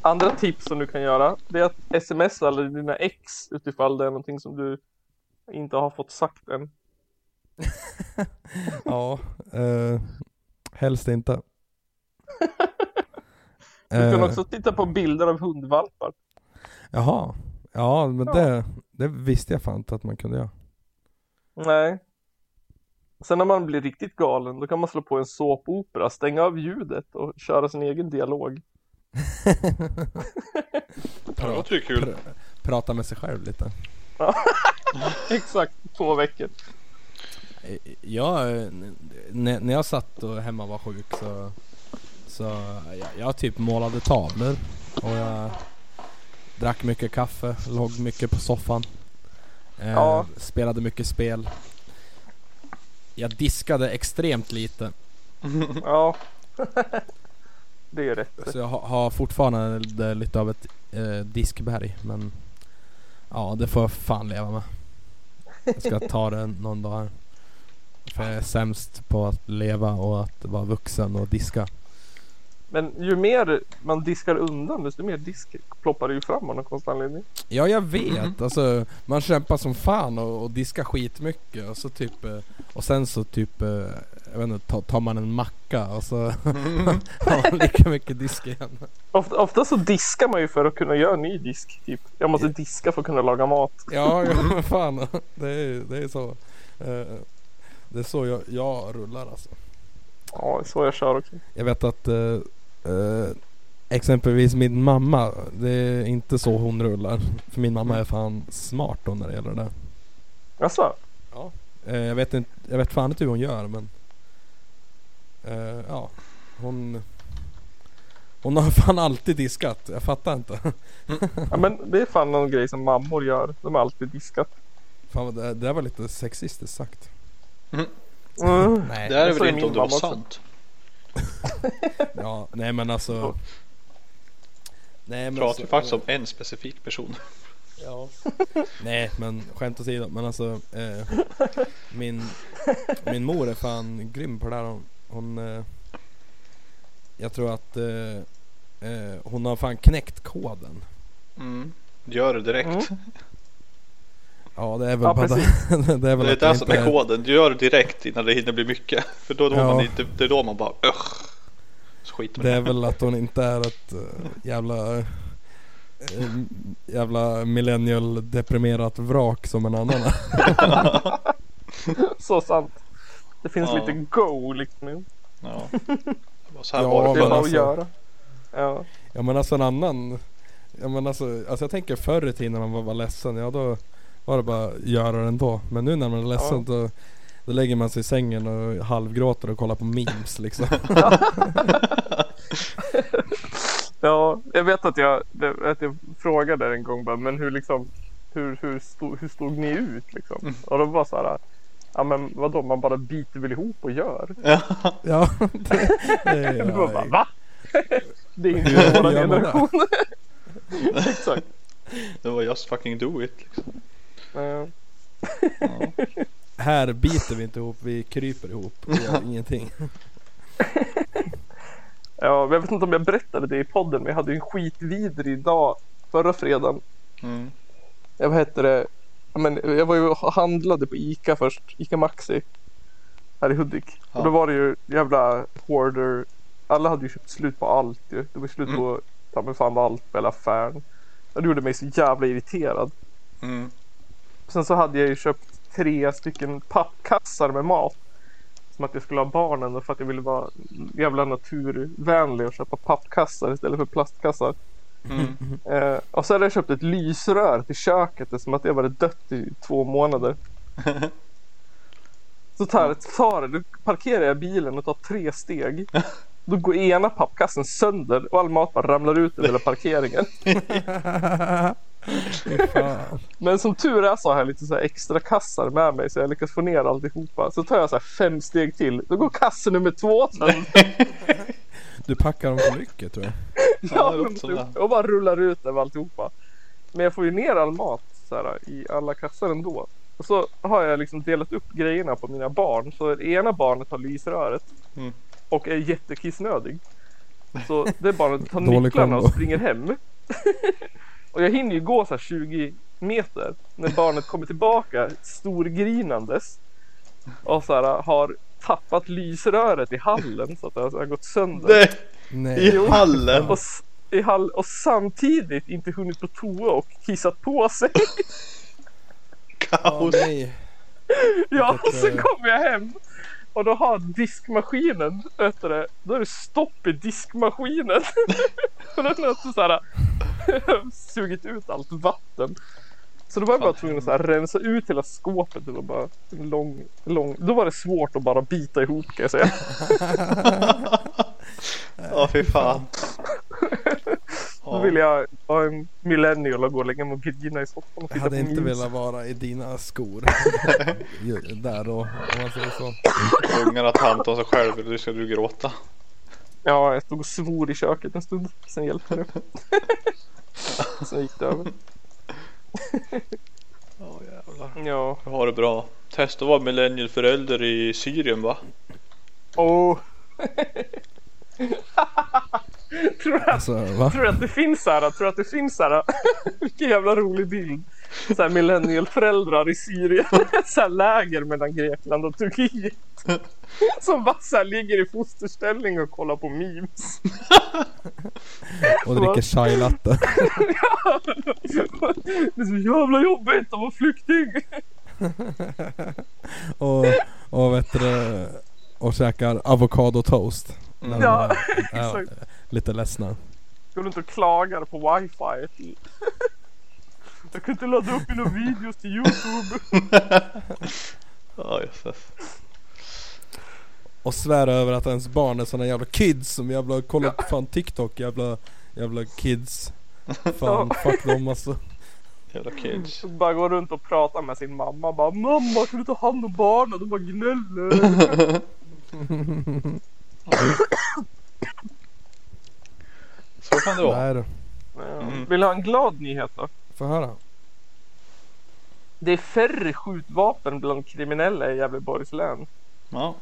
Speaker 2: Andra tips som du kan göra det är att smsa alla dina ex utifall det är någonting som du inte har fått sagt än.
Speaker 3: Ja. Uh, helst inte.
Speaker 2: Du kan
Speaker 3: Eh,
Speaker 2: också titta på bilder av hundvalpar.
Speaker 3: Jaha. Ja, men
Speaker 2: Ja.
Speaker 3: Det, det visste jag fan inte att man kunde göra.
Speaker 2: Nej. Sen när man blir riktigt galen då kan man slå på en såpopera, stänga av ljudet och köra sin egen dialog.
Speaker 4: Ja, Det låter ju kul.
Speaker 3: Pr- prata med sig själv lite.
Speaker 2: Exakt två veckor.
Speaker 3: Eh, Jag, eh, när, när jag satt och hemma och var sjuk så, så jag, jag typ målade tavlor och jag drack mycket kaffe, låg mycket på soffan. Eh,
Speaker 2: Ja.
Speaker 3: Spelade mycket spel. Jag diskade extremt lite
Speaker 2: Ja. det är rätt.
Speaker 3: så jag ha- har fortfarande lite av ett eh, diskberg men ja det får jag fan leva med. Jag ska ta det någon dag här. För jag är sämst på att leva och att vara vuxen och diska.
Speaker 2: Men ju mer man diskar undan desto mer disk ploppar det ju fram av någon konstig anledning.
Speaker 3: Ja jag vet,
Speaker 4: Mhm.
Speaker 3: alltså man kämpar som fan och, och diskar skitmycket och så typ eh, Och sen så typ eh, Jag vet inte, ta- tar man en macka och så har man lika mycket disk igen.
Speaker 2: Ofta, ofta så diskar man ju för att kunna göra ny disk. Typ. Jag måste diska för att kunna laga mat.
Speaker 3: Ja, ja men fan. Det är, det är så. eh, Det är så jag, jag rullar alltså.
Speaker 2: Ja, så jag kör också.
Speaker 3: Jag vet att eh, eh, exempelvis min mamma, det är inte så hon rullar. För min mamma är fan smart då när det gäller det där.
Speaker 2: Jaså?
Speaker 3: Eh, jag, vet inte, jag vet fan inte hur hon gör men eh, ja, hon hon har fan alltid diskat, jag fattar inte.
Speaker 2: Ja, men det är fan någon grej som mammor gör. De har alltid diskat.
Speaker 3: Fan, vad det, det där var lite sexistiskt sagt.
Speaker 2: Mm.
Speaker 3: Nej.
Speaker 4: Det här är
Speaker 2: Jag sa ju
Speaker 4: väl inte
Speaker 2: min
Speaker 4: om det var
Speaker 2: mamma också.
Speaker 4: sant.
Speaker 3: Ja, nej men alltså. Nej,
Speaker 4: Vi
Speaker 3: men alltså, eh,
Speaker 4: pratar ju faktiskt om en specifik person.
Speaker 3: Ja. Nej men skämt åsido, men alltså eh, min, min mor är fan grym på det här. Hon, hon eh, jag tror att eh, eh, hon har fan knäckt koden.
Speaker 4: Mm. Gör det direkt.
Speaker 2: Mm.
Speaker 3: Ja det är väl
Speaker 2: Ja,
Speaker 3: bara det. det är väl
Speaker 4: Det är
Speaker 3: att jag
Speaker 4: det som
Speaker 3: inte,
Speaker 4: är koden, du gör det direkt innan det hinner bli mycket. För då, då,
Speaker 3: Ja.
Speaker 4: man inte, det är då man bara Ugh. Så skiter man
Speaker 3: det
Speaker 4: i
Speaker 3: är väl att hon inte är ett eh, jävla eh, jävla millennial deprimerat vrak som en annan är.
Speaker 2: Så sant. Det finns
Speaker 4: Ja.
Speaker 2: lite go liksom.
Speaker 4: ja. Det var Så här
Speaker 3: Ja,
Speaker 4: var
Speaker 2: Det
Speaker 4: det
Speaker 2: är
Speaker 3: men
Speaker 2: bara att
Speaker 4: förr.
Speaker 3: alltså-
Speaker 2: göra. Ja.
Speaker 3: Ja men alltså en annan Ja men alltså, alltså jag tänker förr i tiden när man var, var ledsen, ja då var det bara att göra det ändå. Men nu när man är ledsen då, då lägger man sig i sängen och halvgråter och kollar på memes liksom.
Speaker 2: ja, jag vet att jag, att jag frågade en gång bara, men hur liksom, hur, hur, stod, hur stod ni ut liksom?
Speaker 3: Mm.
Speaker 2: Och de var så här, ja men vadå, man bara biter väl ihop och gör?
Speaker 3: ja, det, det är
Speaker 2: Du var bara,
Speaker 3: jag.
Speaker 2: va? det är inte vår
Speaker 3: gör man det?
Speaker 2: generation. Exakt.
Speaker 4: Det var just fucking do it. Liksom.
Speaker 2: Eh,
Speaker 4: Ja.
Speaker 3: Här biter vi inte ihop, vi kryper ihop och gör ingenting.
Speaker 2: Ja, men jag vet inte om jag berättade det i podden, men jag hade ju en skitvidrig dag förra fredagen.
Speaker 4: Mm.
Speaker 2: Jag, vad hette det? Ja, Men jag var ju och handlade på Ica först, Ica Maxi. Här i Hudik.
Speaker 4: Ja.
Speaker 2: Och då var det ju jävla hoarder. Alla hade ju köpt slut på allt ju. Det var ju slut
Speaker 4: Mm.
Speaker 2: på ta mig fan allt på hela affären. Och Det gjorde mig så jävla irriterad.
Speaker 4: Mm.
Speaker 2: Sen så hade jag ju köpt tre stycken pappkassar med mat. Som att jag skulle ha barnen och för att jag ville vara jävla naturvänlig och köpa pappkassar istället för plastkassar.
Speaker 4: Mm.
Speaker 2: Eh, och så hade jag köpt ett lysrör till köket eftersom att det var dött i två månader. Så tar jag tar det, då parkerar jag bilen och tar tre steg. Då går ena pappkassen sönder och all mat bara ramlar ut över hela parkeringen.
Speaker 3: Fy fan.
Speaker 2: Men som tur är så har jag lite så här extra kassar med mig så jag lyckas få ner alltihopa. Så tar jag så här fem steg till, då går kasse nummer två sönder.
Speaker 3: Du packar dem för mycket tror jag.
Speaker 4: Ja,
Speaker 2: Ja,
Speaker 4: det
Speaker 2: men
Speaker 4: låter som det.
Speaker 2: typ. Och bara rullar ut över alltihopa. Men jag får ju ner all mat så här, i alla kassar ändå. Och så har jag liksom delat upp grejerna på mina barn. Så det ena barnet har lysröret
Speaker 4: Mm.
Speaker 2: och är jättekissnödig. Så det barnet tar
Speaker 3: Dålig
Speaker 2: nycklarna och
Speaker 3: kombo.
Speaker 2: springer hem. och jag hinner ju gå så här 20 meter när barnet kommer tillbaka storgrinandes och så här, har tappat lysröret i hallen så att det har gått sönder.
Speaker 4: Nej,
Speaker 3: Nej.
Speaker 4: i hallen.
Speaker 2: Och, s- i hall och samtidigt inte hunnit på toa och kissat på sig.
Speaker 3: Åh,
Speaker 4: Kaos.
Speaker 3: nej.
Speaker 2: Ja,
Speaker 3: Vilket,
Speaker 2: och så
Speaker 3: eh,
Speaker 2: kommer jag hem och då har diskmaskinen, vet du det, då är det stopp i diskmaskinen. och den har så här sugit ut allt vatten. Så då var jag bara tvungen att så här, rensa ut hela skåpet. Det var bara en lång, lång. Då var det svårt att bara bita ihop kan jag säga.
Speaker 4: Ja, fy fan.
Speaker 2: Då
Speaker 4: Ja.
Speaker 2: ville jag vara en millennial och gå och lägga mobilerna i soffan och
Speaker 3: Jag
Speaker 2: titta
Speaker 3: hade
Speaker 2: på
Speaker 3: inte
Speaker 2: memes.
Speaker 3: velat vara i dina skor. Ju- Där och om man säger så.
Speaker 4: Ungarna tar hand om sig själv, du ska du gråta.
Speaker 2: Ja, jag stod och svor i köket en stund. Sen hjälpte det. sen gick det över.
Speaker 4: Ja jävlar.
Speaker 2: Ja.
Speaker 4: Jag har det bra. Testa att vara millennialförälder i Syrien va?
Speaker 2: Oh. tror, du att,
Speaker 3: Alltså va?
Speaker 2: tror du att det finns så här? Tror du att det finns så här? Vilken jävla rolig bild. Så här millennialföräldrar i Syrien. så här läger mellan Grekland och Turkiet. Som bara så här ligger i fosterställning och kollar på memes.
Speaker 3: Och dricker chai latte.
Speaker 2: Det är så jävla jobbigt att vara flykting.
Speaker 3: Och, och vet du, det, och käkar avokadotoast. När de
Speaker 2: Mm. Ja,
Speaker 3: är- är
Speaker 2: exakt.
Speaker 3: Lite ledsna.
Speaker 2: Går runt och klagar på wifi. Jag kunde inte ladda upp mina videos till Youtube.
Speaker 4: Ja jösses.
Speaker 3: Och svär över att ens barn är såna jävla kids som jävla, kolla på fan TikTok jävla, jävla kids. Fan fuck dem alltså.
Speaker 4: Jävla kids.
Speaker 2: Så bara går runt och pratar med sin mamma. Bara mamma kan du ta hand om barnen? De bara gnäller.
Speaker 4: Så kan det vara.
Speaker 3: Nej du, Mm.
Speaker 2: Ja. Vill du ha en glad nyhet då?
Speaker 3: få höra.
Speaker 2: Det är färre skjutvapen bland kriminella i Gävleborgs län.
Speaker 4: Ja.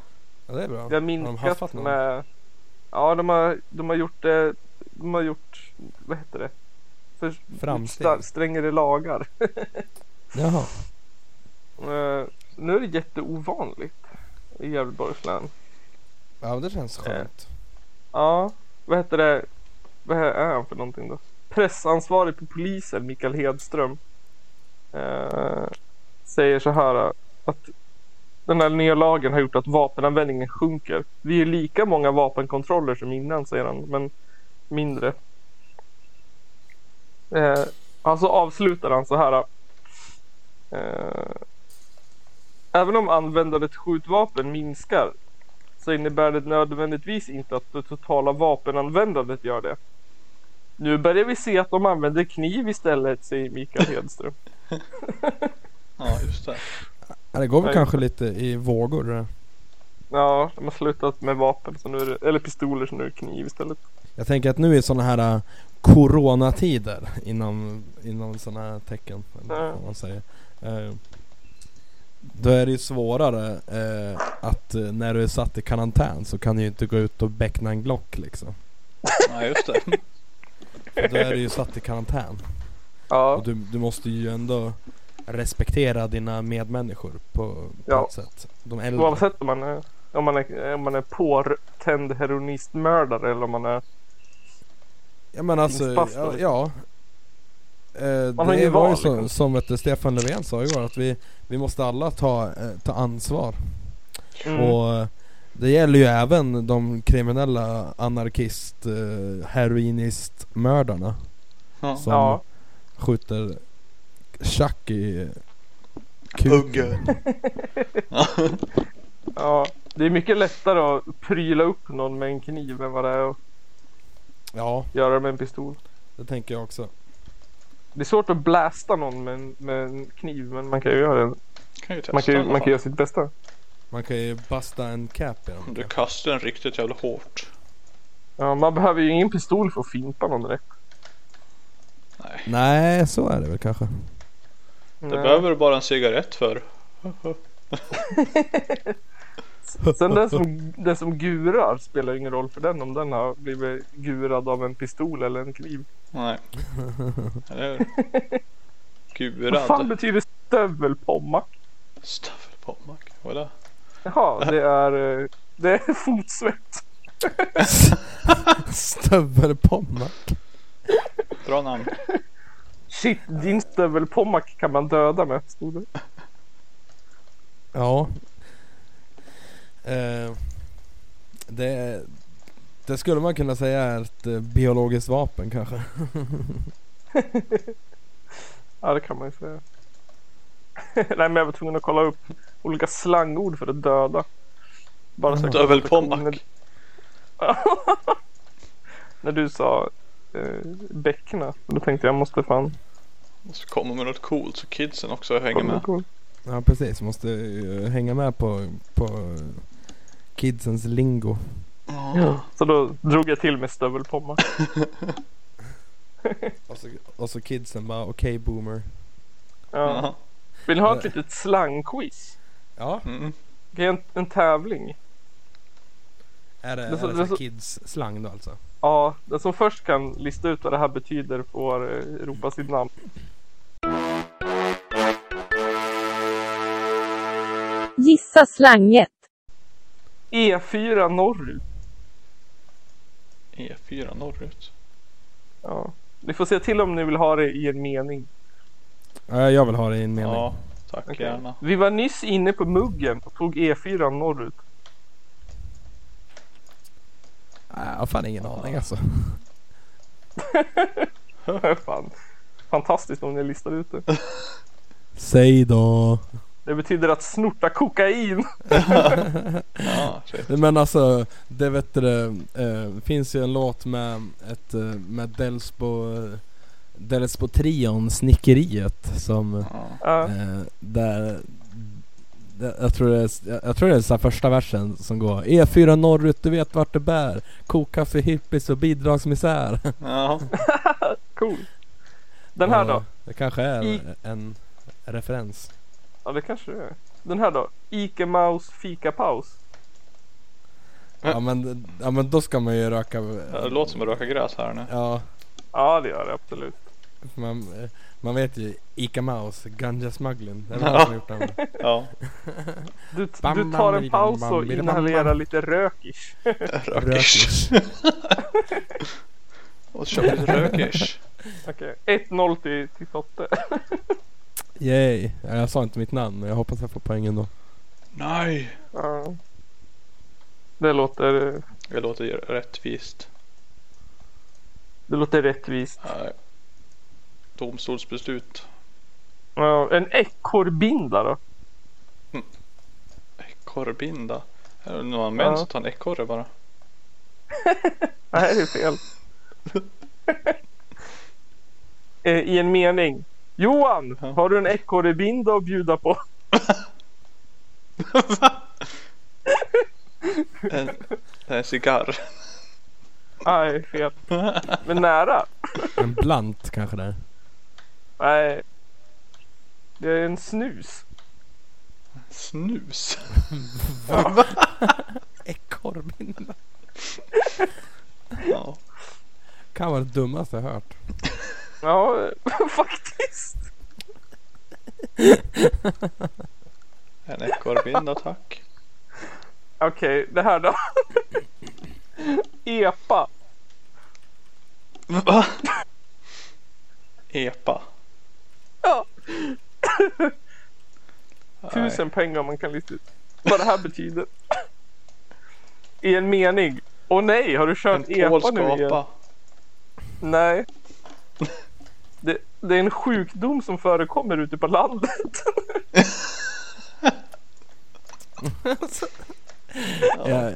Speaker 3: Ja, det är bra.
Speaker 2: Det har
Speaker 3: Har de
Speaker 2: minskat
Speaker 3: haffat någon?
Speaker 2: med... Ja, de har, de har gjort... eh, De har gjort... Vad heter det? För,
Speaker 3: Framsteg.
Speaker 2: sta- Strängare lagar.
Speaker 3: Jaha.
Speaker 2: Eh, Nu är det jätteovanligt i Gävleborgs län.
Speaker 3: Ja men det känns skönt.
Speaker 2: Eh. Ja, vad heter det? Vad he- är han för någonting då? Pressansvarig på polisen, Mikael Hedström. Eh, säger så här eh, att den här nya lagen har gjort att vapenanvändningen sjunker. Vi är lika många vapenkontroller som innan säger han, men mindre. Eh, alltså avslutar han så här. Eh, även om användandet skjutvapen minskar så innebär det nödvändigtvis inte att det totala vapenanvändandet gör det. Nu börjar vi se att de använder kniv istället, säger Mikael Hedström.
Speaker 4: Ja just det.
Speaker 3: Ja, det går väl
Speaker 2: Nej.
Speaker 3: kanske lite i vågor eh. det där.
Speaker 2: Ja, de har slutat med vapen, så nu är det, eller pistoler, så nu är det kniv istället.
Speaker 3: Jag tänker att nu i sådana här äh, coronatider inom, inom sådana här tecken, eller
Speaker 2: Ja.
Speaker 3: vad man säger. eh, Då är det ju svårare eh, att eh, när du är satt i karantän så kan du ju inte gå ut och beckna en Glock liksom.
Speaker 4: Nej just det.
Speaker 3: För då är du ju satt i karantän.
Speaker 2: Ja,
Speaker 3: Och du, du måste ju ändå respektera dina medmänniskor på, på
Speaker 2: Ja.
Speaker 3: ett sätt. De äldre.
Speaker 2: oavsett om man är, om man är, om man är påtänd heroinistmördare eller om man är...
Speaker 3: Ja men alltså, ja,
Speaker 2: Pingstpastor.
Speaker 3: ja. Eh,
Speaker 2: Man har
Speaker 3: Det
Speaker 2: ingen
Speaker 3: var ju
Speaker 2: val,
Speaker 3: så,
Speaker 2: liksom.
Speaker 3: som vet, du, Stefan Löfven sa igår att vi, vi måste alla ta, eh, ta ansvar.
Speaker 2: Mm.
Speaker 3: Och eh, det gäller ju även de kriminella anarkist eh, heroinistmördarna
Speaker 4: Ja.
Speaker 3: som
Speaker 2: Ja,
Speaker 3: skjuter tjack i
Speaker 4: Hugg.
Speaker 3: kuken.
Speaker 2: ja, det är mycket lättare att pryla upp någon med en kniv än vad det är att
Speaker 3: Ja,
Speaker 2: göra det med en pistol.
Speaker 3: det tänker jag också.
Speaker 2: Det är svårt att blästa någon med en, med en kniv, men man kan ju göra det.
Speaker 4: Kan ju testa.
Speaker 2: Man kan
Speaker 4: i
Speaker 2: ju,
Speaker 4: alla
Speaker 2: man kan
Speaker 4: fall.
Speaker 2: göra sitt bästa.
Speaker 3: Man kan ju basta en cap i dem.
Speaker 4: Du kastar den riktigt jävla hårt.
Speaker 2: Ja, man behöver ju ingen pistol för att fimpa någon direkt.
Speaker 3: Nej, så är det väl kanske.
Speaker 4: Det
Speaker 2: Nej.
Speaker 4: behöver du bara en cigarett för.
Speaker 2: Sen den som, den som gurar spelar ingen roll för den om den har blivit gurad av en pistol eller en kniv.
Speaker 4: Nej. Eller hur?
Speaker 2: Vad fan
Speaker 4: Gurad.
Speaker 2: betyder stövelpomma?
Speaker 4: Stövelpommack. Vad är det?
Speaker 2: Jaha, det är, eh, det är fotsvett.
Speaker 3: Stövelpommack.
Speaker 4: Bra namn.
Speaker 2: Shit, din stövelpommack kan man döda med, stod det.
Speaker 3: Ja. Eh, det, det skulle man kunna säga är ett eh, biologiskt vapen kanske.
Speaker 2: Ja, det kan man ju säga. Nej, men jag var tvungen att kolla upp olika slangord för att döda. Bara så jag kan-
Speaker 4: Stövelpommack.
Speaker 2: När du sa eh, bäckna, då tänkte jag måste fan
Speaker 4: Måste komma med något coolt så kidsen också hänger med.
Speaker 3: Ja precis, måste eh, hänga med på, på eh, kidsens lingo.
Speaker 4: Ja.
Speaker 2: Så då drog jag till med stövelpomma.
Speaker 3: Och så, och så kidsen bara okej boomer.
Speaker 2: Ja. Vill ni ha ett litet slangquiz?
Speaker 3: Ja,
Speaker 4: Mm.
Speaker 2: Det är en, en tävling.
Speaker 3: är det,
Speaker 2: Det är så-
Speaker 3: är det,
Speaker 2: det är
Speaker 3: så
Speaker 2: så-
Speaker 3: kids slang då alltså?
Speaker 2: Ja, den som först kan lista ut vad det här betyder får eh, ropa sitt namn.
Speaker 5: Gissa slanget.
Speaker 2: E E4 norrut.
Speaker 4: E4 E norrut.
Speaker 2: Ja. Ni får se till om ni vill ha det i en mening.
Speaker 3: Ja, jag vill ha det i en mening.
Speaker 4: Ja, tack
Speaker 2: Okej.
Speaker 4: gärna.
Speaker 2: Vi var nyss inne på muggen och tog E E4 norrut.
Speaker 3: Nej, Jag har fan ingen aning alltså.
Speaker 2: Fan. Fantastiskt om ni listar ut det.
Speaker 3: Säg då.
Speaker 2: Det betyder att snorta kokain.
Speaker 4: Ja, shit.
Speaker 3: Men alltså, det vet du, det, eh, finns ju en låt med, ett, eh, med Delsbo, Delsbo trion Snickeriet som
Speaker 4: Ja.
Speaker 2: Ja.
Speaker 3: eh, där där- jag tror, det är, jag- jag tror det är så här första versen som går E4 norrut, du vet vart det bär Koka för hippies och bidragsmisär
Speaker 4: Ja.
Speaker 2: Cool. Den här då?
Speaker 3: Och Det kanske är
Speaker 2: I-
Speaker 3: en referens
Speaker 2: Ja, det kanske det är. Den här då? Ike Maus fikapaus.
Speaker 3: Ja men, ja, men då ska man ju röka
Speaker 4: Ja, Det låter som att röka gräs här nu.
Speaker 3: Ja,
Speaker 2: Ja, det gör det absolut.
Speaker 3: för man, eh, man vet ju Ica Mouse, Ganja Smuggling Det är
Speaker 4: Ja.
Speaker 3: han som gjort den
Speaker 4: Ja,
Speaker 2: Du,
Speaker 3: Bam,
Speaker 2: du tar
Speaker 3: bam,
Speaker 2: en paus
Speaker 3: bam,
Speaker 2: och
Speaker 3: bam, bam,
Speaker 2: inhalerar
Speaker 3: bam.
Speaker 2: lite rökish.
Speaker 4: rökish. Och så kör vi lite rökish.
Speaker 2: Okej, 1-0 till, till Totte.
Speaker 3: Yay, ja, jag sa inte mitt namn men jag hoppas jag får poängen då
Speaker 4: Nej.
Speaker 2: Ja. Det låter,
Speaker 4: Det låter ju rättvist.
Speaker 2: det låter rättvist.
Speaker 4: Nej. Domstolsbeslut.
Speaker 2: Ja, en ekorrbinda då?
Speaker 4: Ekorrbinda. Är det några män
Speaker 2: Ja.
Speaker 4: som tar en ekorre bara?
Speaker 2: Nej, det är fel. Eh, I en mening. Johan,
Speaker 4: Ja.
Speaker 2: har du en ekorrebinda att bjuda på?
Speaker 4: En, en cigarr.
Speaker 2: Nej, fel. Men nära.
Speaker 3: En blant kanske där
Speaker 2: Nej. Det är en snus.
Speaker 4: Snus.
Speaker 3: Ekorrbinda
Speaker 4: Ja.
Speaker 3: Kan vara det dummaste jag hört
Speaker 2: Ja, faktiskt.
Speaker 4: En ekorrbinda tack.
Speaker 2: Okej, det här då. Epa.
Speaker 4: Va? Epa.
Speaker 2: Ja.
Speaker 4: Nej.
Speaker 2: Tusen pengar om man kan lista ut vad det här betyder. I en mening. Åh nej, har du
Speaker 4: En
Speaker 2: kört epa
Speaker 4: polsk
Speaker 2: nu igen?
Speaker 4: apa.
Speaker 2: Nej. Det, det är en sjukdom som förekommer ute på landet.
Speaker 3: Ja.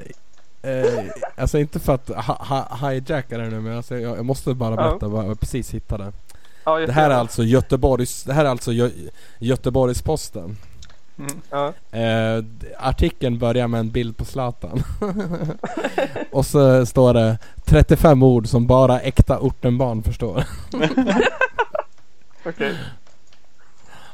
Speaker 3: Eh, alltså inte för att ha, ha, hijacka det nu men alltså, jag, jag måste bara
Speaker 2: Ja.
Speaker 3: berätta vad jag precis hittade.
Speaker 2: Ja, jag
Speaker 3: Det här är
Speaker 2: ser.
Speaker 3: alltså Göteborgs, det här är alltså Gö Göteborgs-Posten.
Speaker 2: Ja.
Speaker 3: Eh, d- artikeln börjar med en bild på Zlatan. och så står det 35 ord som bara äkta ortenbarn förstår.
Speaker 2: Okej.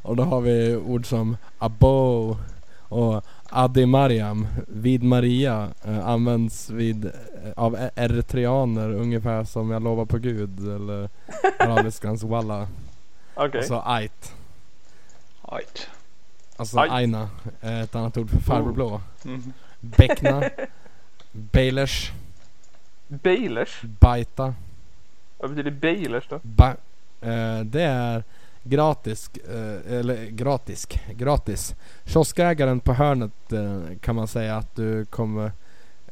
Speaker 3: Och då har vi ord som abo och Adi Mariam vid Maria eh, används vid, eh, av e- eritreaner ungefär som jag lovar på gud eller arabiskans walla.
Speaker 2: Okej.
Speaker 3: Och så ait,
Speaker 4: Ajt.
Speaker 3: alltså
Speaker 2: Ait.
Speaker 3: aina, eh, ett annat ord för farbror
Speaker 2: Oh.
Speaker 3: blå.
Speaker 4: Mm.
Speaker 3: Beckna, Bailers,
Speaker 2: Bailers?
Speaker 3: Bajta,
Speaker 2: Vad betyder Bailers då?
Speaker 3: ba- eh, det är gratis, eh, eller gratis, gratis. Kioskägaren på hörnet eh, kan man säga att du kommer,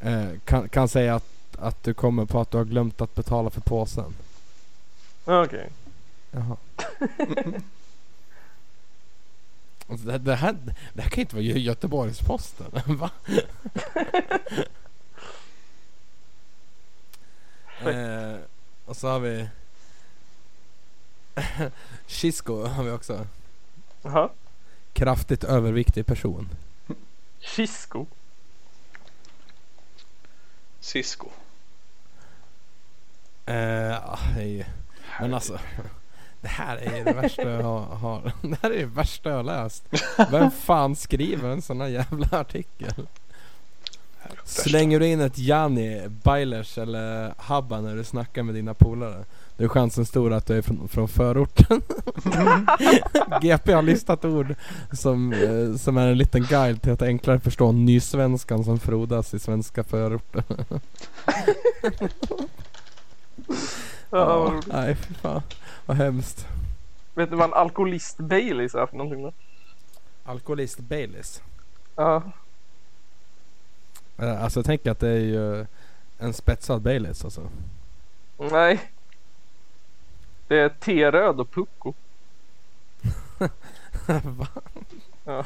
Speaker 3: eh, kan, kan säga att, att du kommer på att du har glömt att betala för påsen.
Speaker 2: Okej.
Speaker 3: Jaha. Alltså, Det, det, här, det här kan inte vara Gö- Göteborgs-Posten, va? eh, och så har vi Chisko har vi också.
Speaker 2: Jaha.
Speaker 3: Kraftigt överviktig person.
Speaker 2: Chisko?
Speaker 4: Cisco.
Speaker 3: Eh, ah, hej. Men alltså. Det här är det värsta jag har, har. Det här är det värsta jag har läst. Vem fan skriver en sån här jävla artikel? Slänger du in ett Jani, Bailers eller Habba när du snackar med dina polare? Då är chansen stor att du är från, från förorten. GP har listat ord som, eh, som är en liten guide till att enklare förstå nysvenskan som frodas i svenska förorter.
Speaker 2: Ja, vad roligt.
Speaker 3: Nej, fy fan. Vad hemskt.
Speaker 2: Vet du vad en alkoholist Baileys är för någonting då?
Speaker 3: Alkoholist Baileys.
Speaker 2: Ja.
Speaker 3: Eh, Alltså jag tänker att det är ju eh, en spetsad Baileys alltså.
Speaker 2: Nej. Det är T-röd och Pucko.
Speaker 3: Va?
Speaker 2: Ja.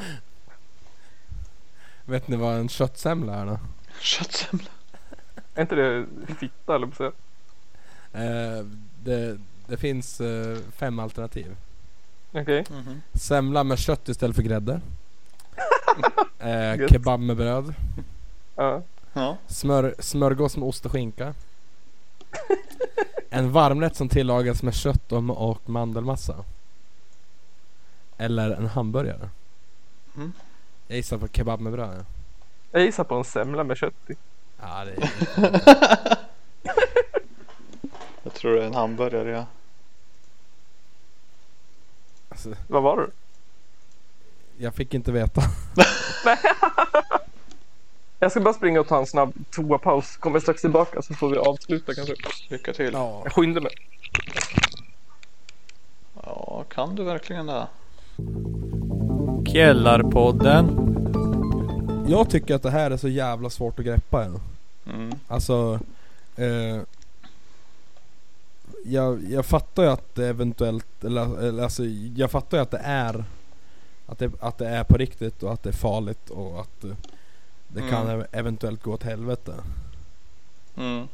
Speaker 3: Vet ni vad en köttsemla är då?
Speaker 4: Köttsemla.
Speaker 2: Är inte det fitta eller på att säga?
Speaker 3: Eh, det, det finns eh, fem alternativ.
Speaker 2: Okej.
Speaker 4: Mhm.
Speaker 3: Semla med kött istället för grädde. Eh,
Speaker 2: Gött.
Speaker 3: kebab med bröd.
Speaker 2: Ja.
Speaker 4: Ja.
Speaker 3: Smör, smörgås med ost och skinka. En varmrätt som tillagas med kött och, och mandelmassa. Eller en hamburgare.
Speaker 4: Mm.
Speaker 3: Jag gissar på kebab med bröd. ja.
Speaker 2: Jag gissar på en semla med kött i.
Speaker 3: Ja, det är...
Speaker 4: Jag tror det är en hamburgare ja.
Speaker 3: alltså,
Speaker 2: Vad var det?
Speaker 3: jag fick inte veta.
Speaker 2: Jag ska bara springa och ta en snabb toapaus. Kommer strax tillbaka så får vi avsluta kanske.
Speaker 4: Lycka till. Ja.
Speaker 2: Jag skyndar mig.
Speaker 4: kan du verkligen det?
Speaker 6: Källarpodden.
Speaker 3: Jag tycker att det här är så jävla svårt att greppa än.
Speaker 4: Mm.
Speaker 3: Alltså, eh, jag, jag fattar ju att det eventuellt, eller, eller alltså jag fattar ju att det är att det, att det är på riktigt och att det är farligt och att eh, det kan ev- eventuellt gå åt helvete.
Speaker 4: Mm.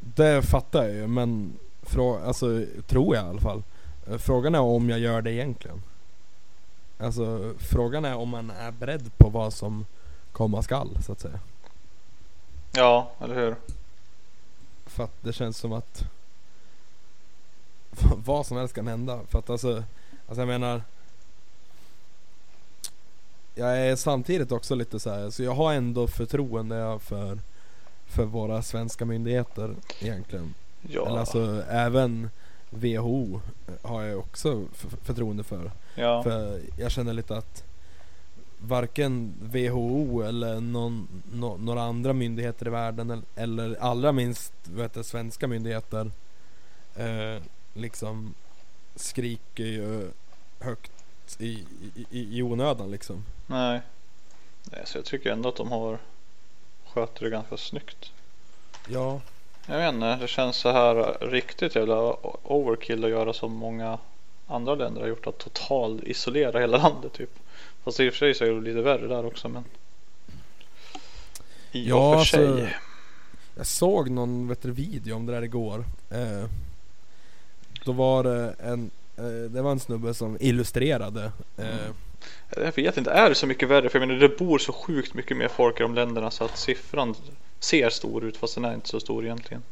Speaker 3: Det fattar jag ju men, frå, alltså tror jag i alla fall. Eh, Frågan är om jag gör det egentligen. Alltså frågan är om man är beredd på vad som komma skall så att säga.
Speaker 4: Ja, eller hur?
Speaker 3: För att det känns som att v- vad som helst kan hända. För att alltså, alltså jag menar. Jag är samtidigt också lite så här, så jag har ändå förtroende för, för våra svenska myndigheter egentligen.
Speaker 4: Ja.
Speaker 3: Eller alltså även WHO eh, har jag också f- förtroende för.
Speaker 4: ja.
Speaker 3: För jag känner lite att varken WHO eller någon, nå- några andra myndigheter i världen el- eller allra minst vet du, svenska myndigheter eh, liksom skriker ju högt i, i, i- i onödan liksom.
Speaker 4: Nej. Nej, så jag tycker ändå att de har sköter det ganska snyggt.
Speaker 3: Ja,
Speaker 4: Jag vet inte, det känns så här riktigt jävla overkill att göra som många andra länder har gjort att total isolera hela landet typ. Fast i och för sig så är det lite värre där också men. I
Speaker 3: Ja,
Speaker 4: och för
Speaker 3: alltså-
Speaker 4: sig.
Speaker 3: Jag såg någon vet du, video om det där igår. Eh, då var det en, eh, det var en snubbe som illustrerade eh,
Speaker 4: Jag vet inte, är det så mycket värre? För jag menar det bor så sjukt mycket mer folk i de länderna så att siffran ser stor ut fast den är inte så stor egentligen.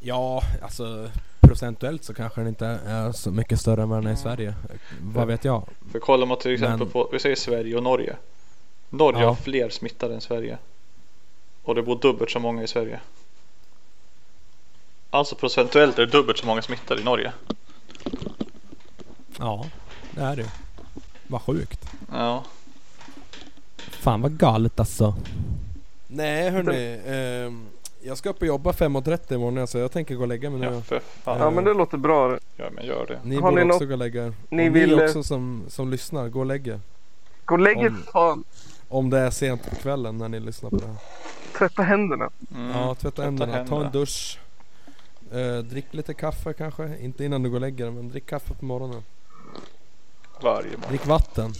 Speaker 3: Ja, alltså procentuellt så kanske den inte är så mycket större än vad den
Speaker 2: Mm.
Speaker 3: är i Sverige. Vad vet jag?
Speaker 4: För kollar man till exempel
Speaker 3: Men-
Speaker 4: på, vi säger Sverige och Norge. Norge
Speaker 3: Ja.
Speaker 4: har fler smittade än Sverige. Och det bor dubbelt så många i Sverige. Alltså procentuellt är det dubbelt så många smittade i Norge.
Speaker 3: Ja, det är det ju. Vad sjukt.
Speaker 4: Ja.
Speaker 7: Fan vad galet alltså.
Speaker 3: Nej hörni, ehm, jag ska upp och jobba 5.30 imorgon så jag tänker gå och lägga mig nu.
Speaker 4: Ja, för fan.
Speaker 2: Ja men det låter bra.
Speaker 4: Ja, men gör det.
Speaker 3: Ni
Speaker 2: Har
Speaker 3: borde
Speaker 2: ni
Speaker 3: också
Speaker 2: något-
Speaker 3: gå och lägga er.
Speaker 2: ni
Speaker 3: Och
Speaker 2: vill,
Speaker 3: ni
Speaker 2: eh,
Speaker 3: också som, som lyssnar, gå och lägg er.
Speaker 2: Gå och lägg er
Speaker 3: Om-
Speaker 2: för fan.
Speaker 3: Om det är sent på kvällen när ni lyssnar på det här.
Speaker 2: Tvätta händerna.
Speaker 4: Mm.
Speaker 3: Ja, tvätta händerna, ta
Speaker 4: händerna.
Speaker 3: en dusch. Eh, drick lite kaffe kanske, inte innan du går och lägger dig men drick kaffe på morgonen.
Speaker 4: Varje morgon.
Speaker 3: Drick vatten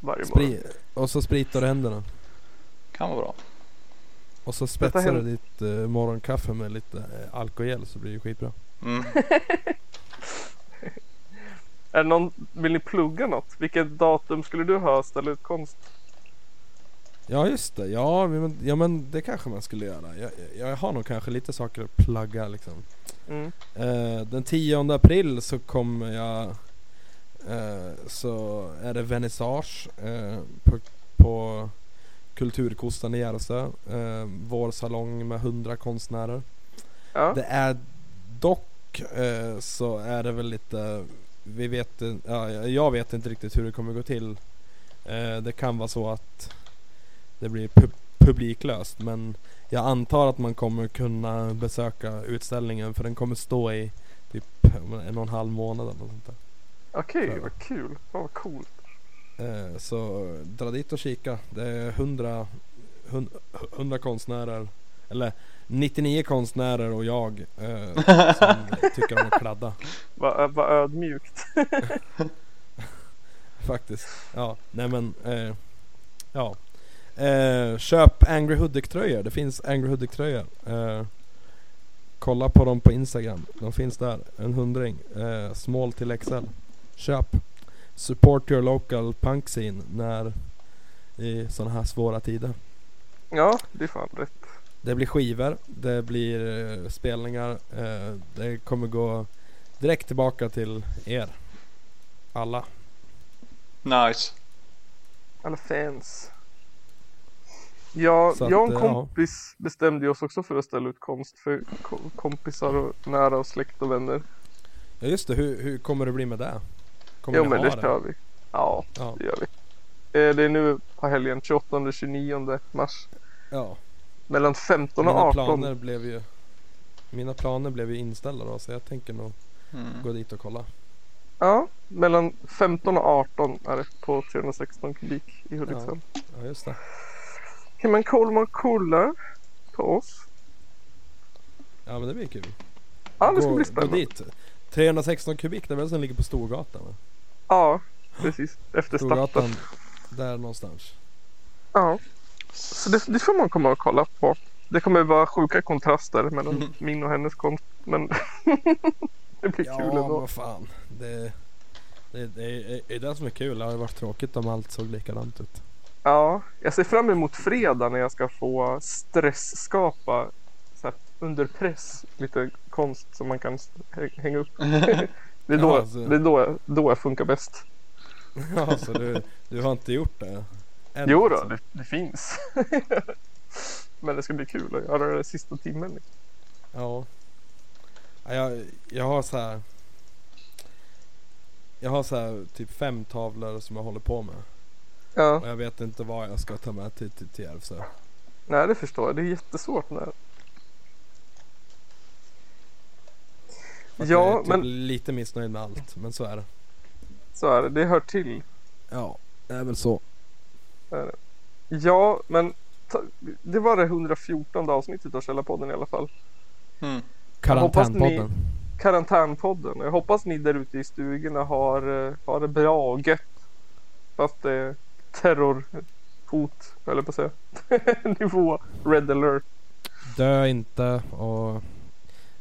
Speaker 2: Varje morgon.
Speaker 3: spri- och så spritar du händerna.
Speaker 4: Kan vara bra.
Speaker 3: Och så spetsar du
Speaker 2: händer-
Speaker 3: ditt eh, morgonkaffe med lite eh, alkogel så blir det skitbra.
Speaker 4: Mm.
Speaker 2: Är det någon, vill ni plugga något? Vilket datum skulle du ha att ställa ut konst?
Speaker 3: Ja just det, ja men, ja, men det kanske man skulle göra. Jag, jag, jag har nog kanske lite saker att plugga liksom.
Speaker 2: Mm.
Speaker 3: Eh, den 10 april så kommer jag eh, Så är det vernissage eh, på, på Kulturkostan i Järvsö eh, Vår salong med 100 konstnärer
Speaker 2: Ja.
Speaker 3: Det är dock eh, så är det väl lite Vi vet in- ja, Jag vet inte riktigt hur det kommer gå till eh, Det kan vara så att Det blir pu- publiklöst men jag antar att man kommer kunna besöka utställningen för den kommer stå i typ en och en halv månad eller något sånt där.
Speaker 2: Okej,
Speaker 3: Sådär.
Speaker 2: vad kul. Fan vad coolt.
Speaker 3: Eh, Så dra dit och kika. Det är 100, 100, 100 konstnärer, eller 99 konstnärer och jag eh, som tycker om att kladda
Speaker 2: Vad vad ödmjukt.
Speaker 3: faktiskt. Ja, nej men eh, ja. Eh, köp Angry Hoodic-tröjor. Det finns Angry Hoodic-tröjor. Eh, kolla på dem på Instagram. De finns där. En hundring. Eh, small till XL. Köp. Support your local punk scene när i sådana här svåra tider.
Speaker 2: Ja, det är fan rätt.
Speaker 3: Det blir skivor, det blir eh, spelningar, eh, det kommer gå direkt tillbaka till er. Alla.
Speaker 4: Nice.
Speaker 2: Alla fans. Ja,
Speaker 3: Så att,
Speaker 2: jag och en
Speaker 3: eh,
Speaker 2: kompis bestämde ju oss också för att ställa ut konst för ko- kompisar och nära och släkt och vänner.
Speaker 3: Ja just det, hur, hur kommer det bli med det? Kommer
Speaker 2: Jo
Speaker 3: ni
Speaker 2: men
Speaker 3: ha
Speaker 2: det kör vi. Ja,
Speaker 3: Ja.
Speaker 2: det gör vi. Eh, Det är nu på helgen 28-29 mars.
Speaker 3: Ja,
Speaker 2: Mellan 15 och
Speaker 3: mina
Speaker 2: 18.
Speaker 3: planer blev ju Mina planer blev ju inställda då så jag tänker nog
Speaker 4: Mm.
Speaker 3: gå dit och kolla.
Speaker 2: Ja, mellan 15 och 18 är det på 316 kubik i Hudiksvall.
Speaker 3: Ja just det.
Speaker 2: Kan man kolla, kolla på oss?
Speaker 3: Ja men det blir kul.
Speaker 2: Ja, det ska
Speaker 3: Gå-
Speaker 2: bli
Speaker 3: Gå
Speaker 2: spännande.
Speaker 3: dit. 316 kubik, det är väl som ligger på Storgatan? Va?
Speaker 2: Ja, precis. Efter starten.
Speaker 3: Storgatan, där någonstans.
Speaker 2: Ja, så det, det får man komma och kolla på. Det kommer vara sjuka kontraster mellan
Speaker 3: Mm.
Speaker 2: min och hennes konst. Men det blir
Speaker 3: Ja,
Speaker 2: kul ändå.
Speaker 3: vad fan. Det, det, det, det, är det som är kul. Det hade varit tråkigt om allt såg likadant ut.
Speaker 2: Ja, jag ser fram emot fredag när jag ska få stressskapa så här, under press lite konst som man kan hä- hänga upp. det är, då,
Speaker 3: Ja, alltså.
Speaker 2: det är då, jag, då jag funkar bäst.
Speaker 3: Ja, så du, du har inte gjort det? Än,
Speaker 2: Jo då,
Speaker 3: alltså.
Speaker 2: det, det finns. Men det ska bli kul att göra det sista timmen. liksom.
Speaker 3: Ja. Ja, Jag, jag har så här. Jag har så här typ fem tavlor som jag håller på med.
Speaker 2: Ja,
Speaker 3: Och jag vet inte vad jag ska ta med till, till, till Järvsö.
Speaker 2: nej det förstår jag. Det är jättesvårt. När...
Speaker 3: För att jag är
Speaker 2: Ja,
Speaker 3: typ
Speaker 2: men
Speaker 3: lite missnöjd med allt, men så är det.
Speaker 2: så är det. Det hör till.
Speaker 3: Ja, det är väl så.
Speaker 2: Ja, men ta... det var det 114 avsnittet av Källarpodden i alla fall.
Speaker 4: Mm.
Speaker 3: Karantänpodden.
Speaker 2: Karantänpodden. Jag hoppas ni där ute i stugorna har, eh, har det bra och gött. Fast det är terrorhot, höll jag på att säga. Nivå red alert.
Speaker 3: Dö inte och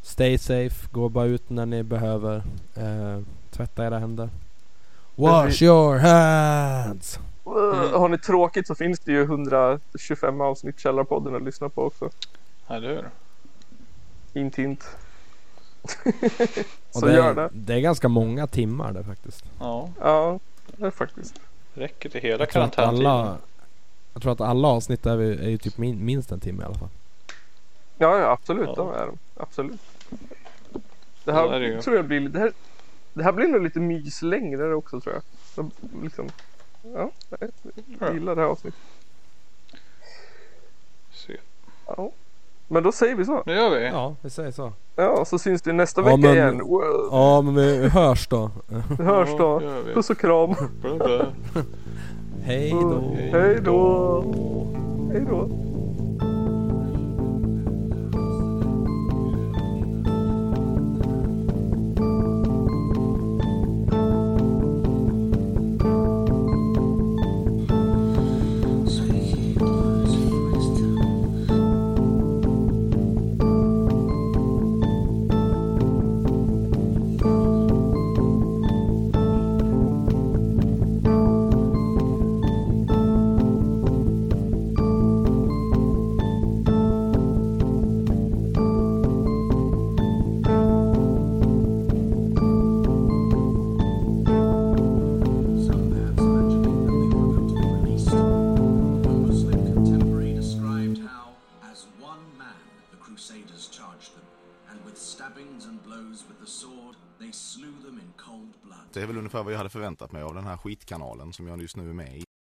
Speaker 3: stay safe. Gå bara ut när ni behöver. Eh, tvätta era händer. Wash your hands!
Speaker 4: Mm.
Speaker 2: Har ni tråkigt så finns det ju 125 avsnitt Källarpodden att lyssna på också.
Speaker 4: Eller hur?
Speaker 2: Hint hint.
Speaker 3: Och
Speaker 2: så
Speaker 3: det,
Speaker 2: gör det.
Speaker 3: Det är ganska många timmar det faktiskt.
Speaker 4: Ja,
Speaker 2: Ja, det är faktiskt.
Speaker 4: räcker till hela
Speaker 3: Jag tror, att
Speaker 4: karantäntiden.
Speaker 3: alla, jag tror att alla avsnitt är, ju- är ju typ min, minst en timme i alla fall.
Speaker 2: Ja, ja absolut.
Speaker 4: Ja.
Speaker 2: De är de. Absolut. Det
Speaker 4: Ja, det
Speaker 2: här,
Speaker 4: är det ju.
Speaker 2: tror jag blir, det här, det här blir nog lite myslängre också tror jag. De, liksom, ja, jag gillar det här avsnittet.
Speaker 4: Se.
Speaker 2: Ja. Men då säger vi så.
Speaker 4: Nu gör vi.
Speaker 3: Ja, vi säger så.
Speaker 2: Ja, så syns det nästa
Speaker 3: Ja,
Speaker 2: vecka
Speaker 3: men-
Speaker 2: igen. Wow.
Speaker 3: Ja, men vi hörs då.
Speaker 2: Det hörs då.
Speaker 4: gör vi.
Speaker 2: Puss och kram.
Speaker 4: Bra, bra.
Speaker 3: Hej då.
Speaker 2: Hej då. Hej då.
Speaker 6: Some maps mentioning that they were meant to be released. One Muslim contemporary described how, as one man, the Crusaders charged them, and with stabbings and blows with the sword, they slew them in cold blood.
Speaker 8: Det är väl ungefär vad jag hade förväntat mig av den här skitkanalen som jag just nu är med i.